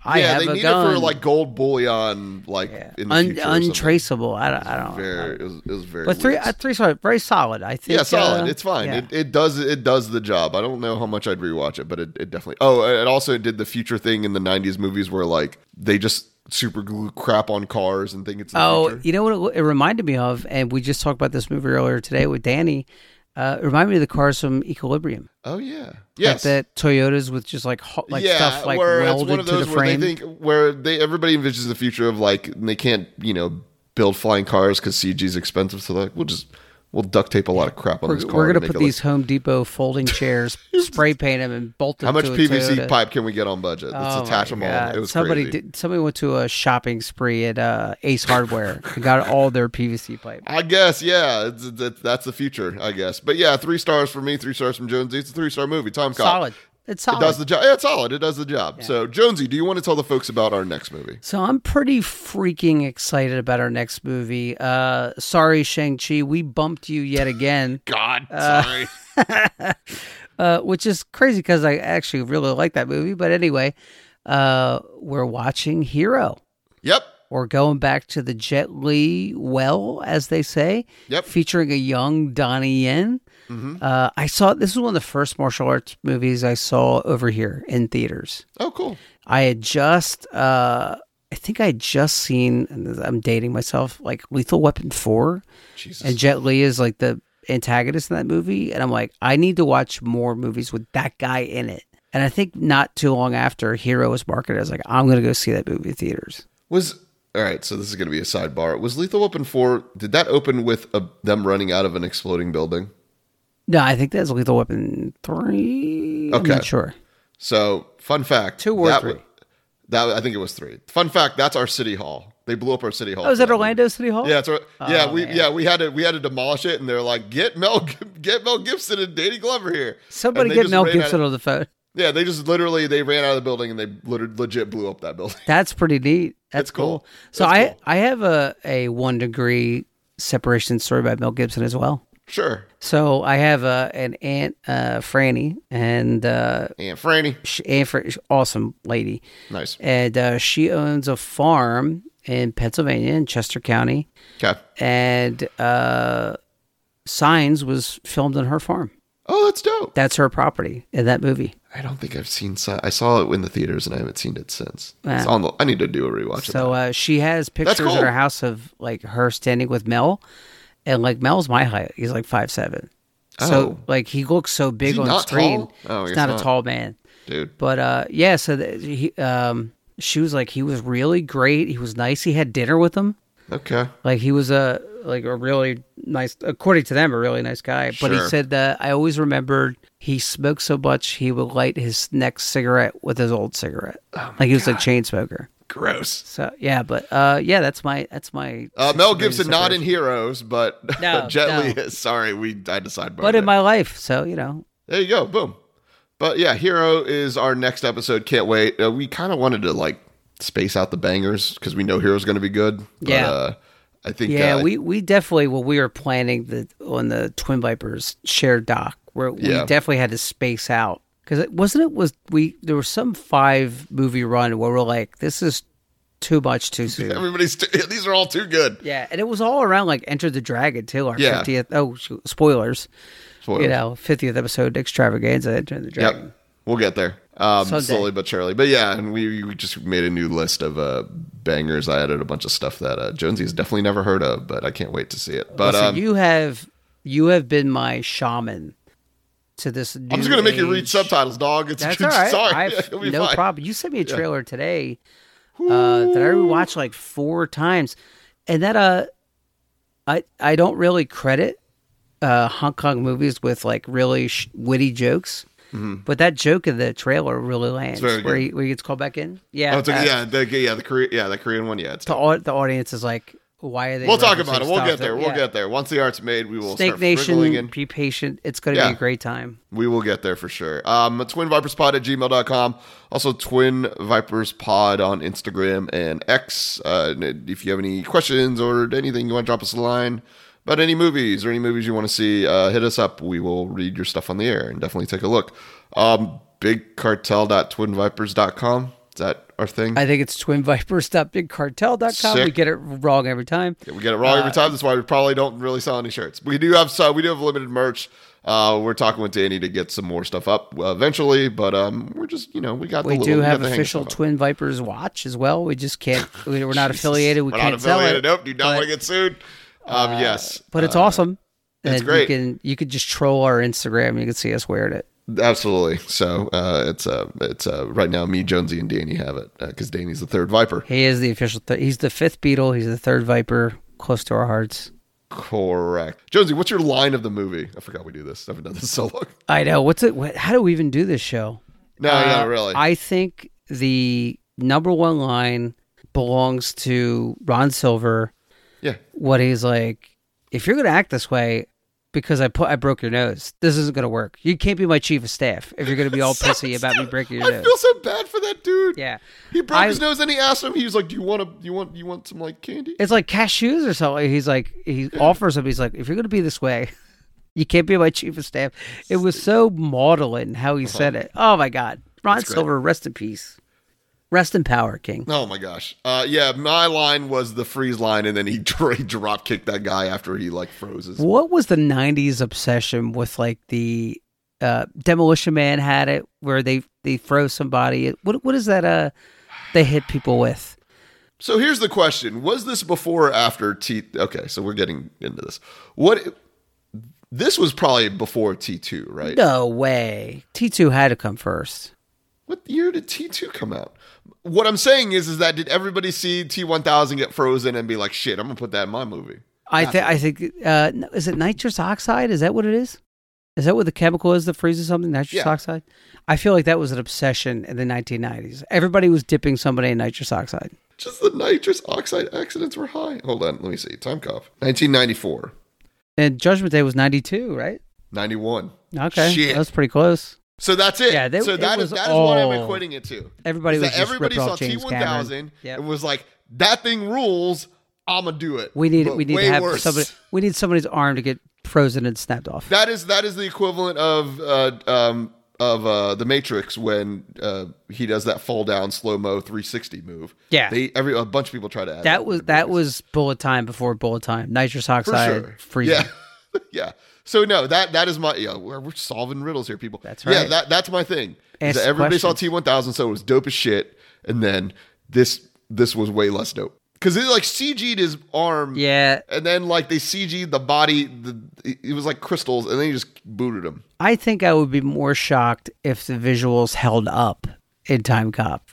[SPEAKER 2] I
[SPEAKER 1] yeah,
[SPEAKER 2] have
[SPEAKER 1] they
[SPEAKER 2] a
[SPEAKER 1] need
[SPEAKER 2] gun.
[SPEAKER 1] it for like gold bullion, like in the
[SPEAKER 2] Un-
[SPEAKER 1] future or something.
[SPEAKER 2] untraceable. I don't. I don't.
[SPEAKER 1] Very, it was, it was very.
[SPEAKER 2] but three,
[SPEAKER 1] weird.
[SPEAKER 2] uh, three solid, very solid. I think.
[SPEAKER 1] yeah, solid.
[SPEAKER 2] uh,
[SPEAKER 1] it's fine.
[SPEAKER 2] yeah.
[SPEAKER 1] It, it does it does the job. I don't know how much I'd rewatch it, but it, it definitely. Oh, it also did the future thing in the '90s movies where like they just super glue crap on cars and think it's. The
[SPEAKER 2] Oh,
[SPEAKER 1] future.
[SPEAKER 2] you know what it, it reminded me of, and we just talked about this movie earlier today with Danny. Uh, it reminded me of the cars from Equilibrium.
[SPEAKER 1] oh yeah, yes.
[SPEAKER 2] like the Toyotas with just like ho- like stuff like
[SPEAKER 1] where it's
[SPEAKER 2] welded
[SPEAKER 1] one of
[SPEAKER 2] to the
[SPEAKER 1] those where
[SPEAKER 2] frame.
[SPEAKER 1] They think where they everybody envisions the future of like they can't you know build flying cars because CG is expensive, so they're like we'll just we'll duct tape a lot of crap on
[SPEAKER 2] we're
[SPEAKER 1] this car.
[SPEAKER 2] we're
[SPEAKER 1] to
[SPEAKER 2] gonna
[SPEAKER 1] make
[SPEAKER 2] put
[SPEAKER 1] it look-
[SPEAKER 2] these Home Depot
[SPEAKER 1] <laughs>
[SPEAKER 2] folding chairs, spray paint them, and bolt them.
[SPEAKER 1] how much
[SPEAKER 2] to a
[SPEAKER 1] PVC
[SPEAKER 2] Toyota.
[SPEAKER 1] pipe can we get on budget? Let's
[SPEAKER 2] Oh my
[SPEAKER 1] attach them all.
[SPEAKER 2] God.
[SPEAKER 1] It was
[SPEAKER 2] somebody
[SPEAKER 1] crazy.
[SPEAKER 2] did. Somebody went to a shopping spree at uh, Ace Hardware and got all their PVC pipe.
[SPEAKER 1] I guess, yeah, it's, it's, it's- that's the future, I guess. But yeah, three stars for me, three stars from Jonesy. It's a three star movie. Time cop.
[SPEAKER 2] Solid. It's solid.
[SPEAKER 1] It does the job. Yeah, it's solid. It does the job. So Jonesy, do you want to tell the folks about our next movie?
[SPEAKER 2] So I'm pretty freaking excited about our next movie. Uh, sorry, Shang Chi, we bumped you
[SPEAKER 1] <laughs>
[SPEAKER 2] yet again,
[SPEAKER 1] God,
[SPEAKER 2] <laughs>
[SPEAKER 1] sorry.
[SPEAKER 2] uh, which is crazy because I actually really like that movie. But anyway, uh, we're watching Hero.
[SPEAKER 1] yep.
[SPEAKER 2] Or going back to the Jet Li well, as they say,
[SPEAKER 1] Yep. Mm-hmm.
[SPEAKER 2] featuring a young Donnie Yen. Uh, I saw this is one of the first martial arts movies I saw over here in theaters.
[SPEAKER 1] Oh, cool.
[SPEAKER 2] I had just, uh, I think I had just seen, and I'm dating myself, like Lethal Weapon 4.
[SPEAKER 1] Jesus.
[SPEAKER 2] And Jet Li is like the antagonist in that movie. And I'm like, I need to watch more movies with that guy in it. And I think not too long after Hero was marketed, I was like, I'm going to go see that movie in theaters.
[SPEAKER 1] Was all right. So this is going to be a sidebar. Was Lethal Weapon four? Did that open with a, them running out of an exploding building?
[SPEAKER 2] No, I think that's Lethal Weapon 3. I'm
[SPEAKER 1] Okay.
[SPEAKER 2] not sure.
[SPEAKER 1] So fun fact.
[SPEAKER 2] Two or
[SPEAKER 1] that
[SPEAKER 2] three?
[SPEAKER 1] wa- that I think it was three. Fun fact. That's our city hall. They blew up our city hall.
[SPEAKER 2] Oh, is
[SPEAKER 1] for
[SPEAKER 2] that
[SPEAKER 1] that movie.
[SPEAKER 2] Orlando City Hall?
[SPEAKER 1] Yeah, that's right.
[SPEAKER 2] Oh,
[SPEAKER 1] yeah, we yeah we had to we had to demolish it, and they're like, get Mel <laughs> get Mel Gibson and Danny Glover here. And
[SPEAKER 2] Somebody
[SPEAKER 1] they
[SPEAKER 2] get
[SPEAKER 1] just
[SPEAKER 2] Mel
[SPEAKER 1] ran out
[SPEAKER 2] Gibson
[SPEAKER 1] of-
[SPEAKER 2] on the phone.
[SPEAKER 1] yeah, they just literally they ran out of the building and they lit- legit blew up that building. <laughs>
[SPEAKER 2] That's pretty neat. That's
[SPEAKER 1] It's cool.
[SPEAKER 2] cool. So
[SPEAKER 1] It's
[SPEAKER 2] I
[SPEAKER 1] cool.
[SPEAKER 2] I have a a one degree separation story by Mel Gibson as well.
[SPEAKER 1] Sure,
[SPEAKER 2] So I have a an aunt uh, Franny and uh,
[SPEAKER 1] and Franny,
[SPEAKER 2] she, aunt Fran- she's an awesome lady,
[SPEAKER 1] nice.
[SPEAKER 2] and uh, she owns a farm in Pennsylvania in Chester County,
[SPEAKER 1] Okay.
[SPEAKER 2] and uh, Signs was filmed on her farm.
[SPEAKER 1] Oh, that's dope.
[SPEAKER 2] That's her property in that movie.
[SPEAKER 1] I don't think I've seen. Si- I saw it in the theaters, and I haven't seen it since. It's
[SPEAKER 2] Yeah.
[SPEAKER 1] on the. I need to do a rewatch. of
[SPEAKER 2] So uh, she has pictures
[SPEAKER 1] cool.
[SPEAKER 2] in her house of like her standing with Mel, and like Mel's my height. He's like five seven.
[SPEAKER 1] Oh.
[SPEAKER 2] So like he looks so big
[SPEAKER 1] he
[SPEAKER 2] on
[SPEAKER 1] not
[SPEAKER 2] screen.
[SPEAKER 1] tall? Oh, I
[SPEAKER 2] he's
[SPEAKER 1] guess
[SPEAKER 2] not,
[SPEAKER 1] not.
[SPEAKER 2] a tall man.
[SPEAKER 1] that, dude.
[SPEAKER 2] But uh, yeah, so th- he, um, she was like he was really great. He was nice. He had dinner with him.
[SPEAKER 1] Okay.
[SPEAKER 2] Like he was a like a really nice, according to them, a really nice guy. But he
[SPEAKER 1] Sure.
[SPEAKER 2] said that I always remembered he smoked so much he would light his next cigarette with his old cigarette.
[SPEAKER 1] Oh
[SPEAKER 2] like he was a chain smoker.
[SPEAKER 1] Gross.
[SPEAKER 2] So yeah, but uh, yeah, that's my that's my.
[SPEAKER 1] Uh, Mel
[SPEAKER 2] six degrees
[SPEAKER 1] Gibson not in
[SPEAKER 2] separation.
[SPEAKER 1] Heroes, but <laughs>
[SPEAKER 2] No,
[SPEAKER 1] Jet Li
[SPEAKER 2] no.
[SPEAKER 1] is. Sorry, we I decided.
[SPEAKER 2] but in my life. So you know,
[SPEAKER 1] There you go. Boom. But yeah, Hero is our next episode. Can't wait. Uh, we kind of wanted to like space out the bangers because we know Hero's going to be good. But,
[SPEAKER 2] Yeah.
[SPEAKER 1] Uh, I think.
[SPEAKER 2] yeah,
[SPEAKER 1] uh,
[SPEAKER 2] we we definitely when we were planning the on the Twin Vipers shared doc, where we
[SPEAKER 1] Yeah.
[SPEAKER 2] definitely had to space out because it wasn't it was we there was some five movie run where we're like this is too much too soon.
[SPEAKER 1] Everybody's. T- <laughs> these are all too good.
[SPEAKER 2] Yeah, and it was all around like Enter the Dragon too. Our
[SPEAKER 1] Yeah.
[SPEAKER 2] fiftieth oh shoot, spoilers,
[SPEAKER 1] Spoilers.
[SPEAKER 2] you know fiftieth episode extravaganza Enter the Dragon.
[SPEAKER 1] Yep. We'll get there. Um,
[SPEAKER 2] Someday.
[SPEAKER 1] slowly but surely. But yeah, and we, we just made a new list of uh, bangers. I added a bunch of stuff that uh, Jonesy has definitely never heard of, but I can't wait to see it. But
[SPEAKER 2] Listen,
[SPEAKER 1] um,
[SPEAKER 2] you have you have been my shaman to this.
[SPEAKER 1] I'm just going to make you read subtitles, dog. It's
[SPEAKER 2] That's all
[SPEAKER 1] <laughs>
[SPEAKER 2] right.
[SPEAKER 1] sorry.
[SPEAKER 2] I
[SPEAKER 1] It'll be
[SPEAKER 2] have no
[SPEAKER 1] fine.
[SPEAKER 2] problem. You sent me a trailer today uh, that I rewatched like four times, and that uh, I I don't really credit uh, Hong Kong movies with like really sh- witty jokes. But that joke in the trailer really lands
[SPEAKER 1] Mm-hmm. very
[SPEAKER 2] where
[SPEAKER 1] good.
[SPEAKER 2] he, where he gets called back in.
[SPEAKER 1] <laughs>
[SPEAKER 2] Yeah,
[SPEAKER 1] Oh, it's
[SPEAKER 2] uh,
[SPEAKER 1] okay. yeah, the, yeah, the Korea, yeah, the Korean one. Yeah, it's
[SPEAKER 2] The, au- the audience is like, "Why are they?"
[SPEAKER 1] We'll talk
[SPEAKER 2] referencing
[SPEAKER 1] about it. We'll
[SPEAKER 2] stuff
[SPEAKER 1] get
[SPEAKER 2] that-
[SPEAKER 1] there. We'll
[SPEAKER 2] yeah.
[SPEAKER 1] get there. Once the art's made, we will
[SPEAKER 2] Snake
[SPEAKER 1] start wriggling
[SPEAKER 2] Nation,
[SPEAKER 1] in.
[SPEAKER 2] be patient. It's going to
[SPEAKER 1] Yeah.
[SPEAKER 2] be a great time.
[SPEAKER 1] We will get there for sure. Um, twinviperspod at gmail.com. Also, Twin Vipers Pod on Instagram and X. Uh, and if you have any questions or anything, you want to drop us a line about any movies or any movies you want to see, uh, hit us up. We will read your stuff on the air and definitely take a look. Um, bigcartel.twinvipers.com. Is that our thing?
[SPEAKER 2] I think it's twinvipers.bigcartel.com. We
[SPEAKER 1] Sick.
[SPEAKER 2] get it wrong every time.
[SPEAKER 1] Yeah, we get it wrong
[SPEAKER 2] Uh,
[SPEAKER 1] every time. That's why we probably don't really sell any shirts. We do have so we do have limited merch. Uh, we're talking with Danny to get some more stuff up uh, eventually, but um, we're just you know we got
[SPEAKER 2] We
[SPEAKER 1] the little,
[SPEAKER 2] do
[SPEAKER 1] got
[SPEAKER 2] have
[SPEAKER 1] the hang of
[SPEAKER 2] official
[SPEAKER 1] stuff up.
[SPEAKER 2] Twin Vipers watch as well. We just can't. we-
[SPEAKER 1] <laughs>
[SPEAKER 2] We're not affiliated. We
[SPEAKER 1] We're
[SPEAKER 2] can't
[SPEAKER 1] not affiliated.
[SPEAKER 2] sell it. uh,
[SPEAKER 1] Nope, do not want to get sued. Um, yes,
[SPEAKER 2] But it's awesome.
[SPEAKER 1] it's
[SPEAKER 2] and
[SPEAKER 1] great.
[SPEAKER 2] You can you could just troll our Instagram. You can see us wearing it.
[SPEAKER 1] absolutely. So uh, it's uh, it's uh, right now me, Jonesy, and Danny have it because Danny's the third Viper.
[SPEAKER 2] He is the official. Th- he's the fifth Beetle. He's the third Viper, close to our hearts.
[SPEAKER 1] Correct. Jonesy, what's your line of the movie? I forgot we do this. I haven't done this so long.
[SPEAKER 2] I know. What's it? What, how do we even do this show?
[SPEAKER 1] No,
[SPEAKER 2] Uh,
[SPEAKER 1] no, Oh, really.
[SPEAKER 2] I think the number one line belongs to Ron Silver.
[SPEAKER 1] yeah,
[SPEAKER 2] What he's like, if you're going to act this way, because I put I broke your nose, this isn't going to work. You can't be my chief of staff if you're going to
[SPEAKER 1] <laughs>
[SPEAKER 2] be all pissy about me breaking your
[SPEAKER 1] I
[SPEAKER 2] nose.
[SPEAKER 1] feel so bad for that dude.
[SPEAKER 2] yeah,
[SPEAKER 1] He broke
[SPEAKER 2] I-
[SPEAKER 1] his nose and he asked him. He was like, "Do you want to? You want? You want some like candy?"
[SPEAKER 2] it's like cashews or something. He's like he offers him. He's like, if you're going to be this way. <laughs> You can't be my chief of staff. It was so maudlin how he said it. Oh my God. Ron
[SPEAKER 1] Uh-huh. great.
[SPEAKER 2] Silver, rest in peace. Rest in power, King.
[SPEAKER 1] Oh my gosh. Uh, yeah, my line was the freeze line, and then he <laughs> dra- drop kicked that guy after he like froze his.
[SPEAKER 2] What was the '90s obsession with like the uh, Demolition Man had it, where they they throw somebody? What what is that? Uh, they hit people with.
[SPEAKER 1] So here's the question: Was this before or after T? Okay, so we're getting into this. What? This was probably before T two, right?
[SPEAKER 2] No way. T two had to come first.
[SPEAKER 1] What year did T two come out? What I'm saying is, is that did everybody see T one thousand get frozen and be like, "Shit, I'm gonna put that in my movie"?
[SPEAKER 2] I think I think uh, no, is it nitrous oxide? Is that what it is? Is that what the chemical is that freezes something? Nitrous
[SPEAKER 1] Yeah.
[SPEAKER 2] oxide. I feel like that was an obsession in the 1990s. Everybody was dipping somebody in nitrous oxide.
[SPEAKER 1] Just the nitrous oxide accidents were high. Hold on, let me see. Time cop. 1994,
[SPEAKER 2] And Judgment Day was 92, right?
[SPEAKER 1] 91.
[SPEAKER 2] Okay,
[SPEAKER 1] Shit.
[SPEAKER 2] that was pretty close.
[SPEAKER 1] So that's it.
[SPEAKER 2] Yeah,
[SPEAKER 1] Yeah,
[SPEAKER 2] they-
[SPEAKER 1] so
[SPEAKER 2] it
[SPEAKER 1] that
[SPEAKER 2] was
[SPEAKER 1] is that is what I'm
[SPEAKER 2] all-
[SPEAKER 1] equating it to.
[SPEAKER 2] Everybody
[SPEAKER 1] Is
[SPEAKER 2] was
[SPEAKER 1] that
[SPEAKER 2] just
[SPEAKER 1] everybody
[SPEAKER 2] ripped
[SPEAKER 1] saw
[SPEAKER 2] off James
[SPEAKER 1] T1000
[SPEAKER 2] Cameron. Yep.
[SPEAKER 1] and was like, "That thing rules. I'ma do it."
[SPEAKER 2] We need
[SPEAKER 1] But
[SPEAKER 2] we need
[SPEAKER 1] way
[SPEAKER 2] to have
[SPEAKER 1] worse.
[SPEAKER 2] somebody. We need somebody's arm to get frozen and snapped off.
[SPEAKER 1] That is that is the equivalent of uh, um, of uh, the Matrix when uh, he does that fall down slow mo 360 move.
[SPEAKER 2] Yeah.
[SPEAKER 1] they every a bunch of people try to add
[SPEAKER 2] that was
[SPEAKER 1] to the
[SPEAKER 2] that
[SPEAKER 1] movies.
[SPEAKER 2] was bullet time before bullet time. Nitrous oxide freezing.
[SPEAKER 1] Yeah. yeah. <laughs> So no, that that is my yeah. We're, we're solving riddles here, people.
[SPEAKER 2] That's
[SPEAKER 1] Yeah,
[SPEAKER 2] right.
[SPEAKER 1] that that's my thing. Is
[SPEAKER 2] Ask
[SPEAKER 1] that everybody saw
[SPEAKER 2] questions.
[SPEAKER 1] T one thousand, so it was dope as shit, and then this this was way less dope because it like CG'd his arm.
[SPEAKER 2] Yeah,
[SPEAKER 1] And then like they CG'd the body, the, it it was like crystals, and then he just booted him.
[SPEAKER 2] I think I would be more shocked if the visuals held up in Time Cop.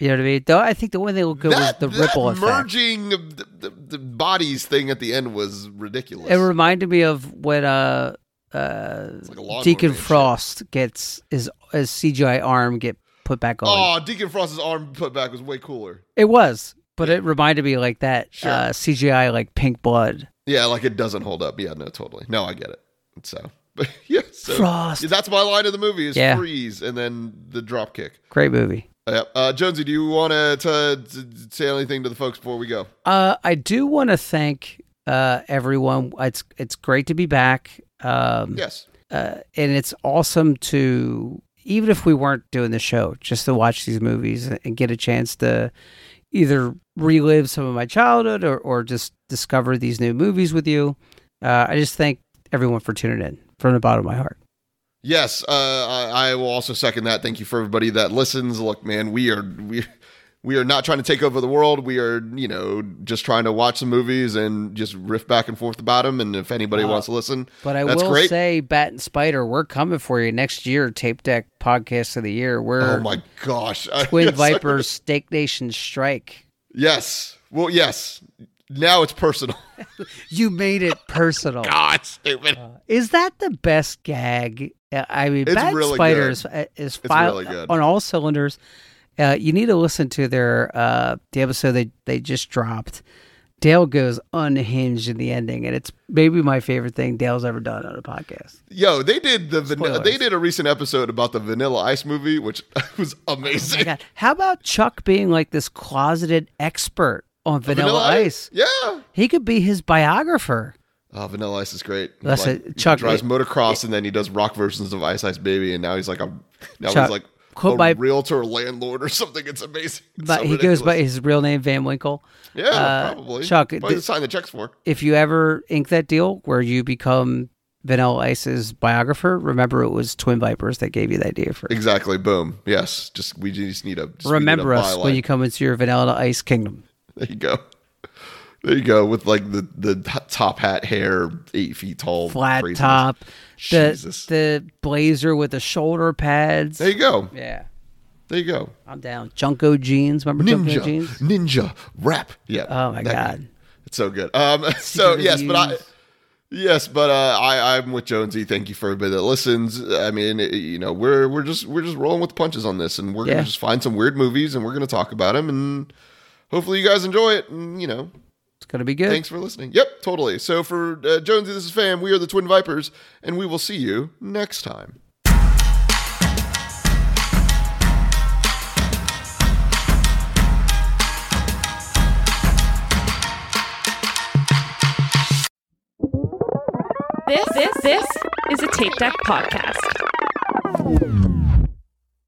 [SPEAKER 2] You know what I mean? Though I think the one thing that was good
[SPEAKER 1] That,
[SPEAKER 2] was the
[SPEAKER 1] that
[SPEAKER 2] ripple effect.
[SPEAKER 1] merging of the, the, the bodies thing at the end was ridiculous.
[SPEAKER 2] It reminded me of when uh, uh,
[SPEAKER 1] It's like a lawnmower
[SPEAKER 2] Deacon
[SPEAKER 1] man shit.
[SPEAKER 2] Frost gets his his CGI arm get put back on.
[SPEAKER 1] Oh, Deacon Frost's arm put back was way cooler.
[SPEAKER 2] It was, but it reminded me like that uh, CGI, like pink blood.
[SPEAKER 1] Yeah, like it doesn't hold up. Yeah, no, totally. No, I get it. So, <laughs> but yeah, so
[SPEAKER 2] Frost.
[SPEAKER 1] Yeah, that's my line of the movie is
[SPEAKER 2] Yeah.
[SPEAKER 1] freeze and then the drop kick.
[SPEAKER 2] Great movie.
[SPEAKER 1] Uh, uh, Jonesy, do you want to say anything to the folks before we go?
[SPEAKER 2] Uh, I do want to thank uh, everyone. It's it's great to be back. Um,
[SPEAKER 1] Yes.
[SPEAKER 2] uh, and it's awesome to even if we weren't doing the show, just to watch these movies and get a chance to either relive some of my childhood or, or just discover these new movies with you. Uh, I just thank everyone for tuning in from the bottom of my heart.
[SPEAKER 1] Yes, uh, I, I will also second that. Thank you for everybody that listens. Look, man, we are we we are not trying to take over the world. We are, you know, just trying to watch some movies and <laughs> just riff back and forth about them. And if anybody wants to listen,
[SPEAKER 2] But I
[SPEAKER 1] that's
[SPEAKER 2] will
[SPEAKER 1] great.
[SPEAKER 2] say, Bat and Spider, we're coming for you next year. Tape Deck Podcast of the Year. We're
[SPEAKER 1] oh my <laughs> gosh,
[SPEAKER 2] Twin
[SPEAKER 1] Yes.
[SPEAKER 2] Vipers Steak Nation Strike.
[SPEAKER 1] Yes. Well, yes. Now it's personal.
[SPEAKER 2] You made it
[SPEAKER 1] <laughs>
[SPEAKER 2] personal.
[SPEAKER 1] God, stupid.
[SPEAKER 2] Is that the best gag? Uh, I mean,
[SPEAKER 1] It's
[SPEAKER 2] Bad
[SPEAKER 1] really
[SPEAKER 2] Spiders is filed
[SPEAKER 1] really good.
[SPEAKER 2] on all cylinders. Uh, you need to listen to their uh, the episode they they just dropped. Dale goes unhinged in the ending, and it's maybe my favorite thing Dale's ever done on a podcast.
[SPEAKER 1] Yo, they did the vanilla.
[SPEAKER 2] Spoilers.
[SPEAKER 1] They did a recent episode about the Vanilla Ice movie, which <laughs> was
[SPEAKER 2] I
[SPEAKER 1] amazing.
[SPEAKER 2] got- How about Chuck being like this closeted expert on Vanilla, Ice?
[SPEAKER 1] Yeah.
[SPEAKER 2] He could be his biographer.
[SPEAKER 1] Oh, Vanilla Ice is great. He,
[SPEAKER 2] That's
[SPEAKER 1] like,
[SPEAKER 2] it.
[SPEAKER 1] he
[SPEAKER 2] Chuck-
[SPEAKER 1] drives motocross and then he does rock versions of Ice Ice Baby, and now he's like a now
[SPEAKER 2] Chuck,
[SPEAKER 1] he's like
[SPEAKER 2] quote
[SPEAKER 1] a
[SPEAKER 2] by
[SPEAKER 1] realtor, landlord, or something. It's amazing. It's
[SPEAKER 2] but
[SPEAKER 1] so
[SPEAKER 2] he goes by
[SPEAKER 1] ridiculous.
[SPEAKER 2] his real name Van Winkle.
[SPEAKER 1] yeah,
[SPEAKER 2] uh,
[SPEAKER 1] probably.
[SPEAKER 2] Chuck,
[SPEAKER 1] Probably
[SPEAKER 2] th-
[SPEAKER 1] sign the checks for.
[SPEAKER 2] If you ever ink that deal where you become Vanilla Ice's biographer, remember it was Twin Vipers that gave you the idea for. it.
[SPEAKER 1] Exactly. Boom. Yes. Just we just need a just we need a
[SPEAKER 2] Remember us
[SPEAKER 1] byline.
[SPEAKER 2] when you come into your Vanilla Ice kingdom.
[SPEAKER 1] There you go. There you go with like the the h- top hat, hair, eight feet tall,
[SPEAKER 2] Flat
[SPEAKER 1] craziness.
[SPEAKER 2] top, the
[SPEAKER 1] Jesus.
[SPEAKER 2] the blazer with the shoulder pads.
[SPEAKER 1] There you go.
[SPEAKER 2] Yeah,
[SPEAKER 1] There you go.
[SPEAKER 2] I'm down. Junko jeans. Remember Junko
[SPEAKER 1] Ninja,
[SPEAKER 2] jeans?
[SPEAKER 1] ninja, rap. Yeah.
[SPEAKER 2] Oh my
[SPEAKER 1] That-
[SPEAKER 2] god.
[SPEAKER 1] It's so good. Um, <laughs> so
[SPEAKER 2] Secret
[SPEAKER 1] yes, but I,
[SPEAKER 2] reviews.
[SPEAKER 1] yes, but uh, I, I'm with Jonesy. Thank you for everybody that listens. I mean, it- you know, we're we're just we're just rolling with the punches on this, and we're
[SPEAKER 2] Yeah.
[SPEAKER 1] gonna just find some weird movies, and we're gonna talk about them, and hopefully you guys enjoy it. And you know,
[SPEAKER 2] It's gonna be good.
[SPEAKER 1] thanks for listening. Yep, totally. So for uh, Jonesy, this is Fam. We are the Twin Vipers, and we will see you next time.
[SPEAKER 3] This, this, this is a Tape Deck podcast.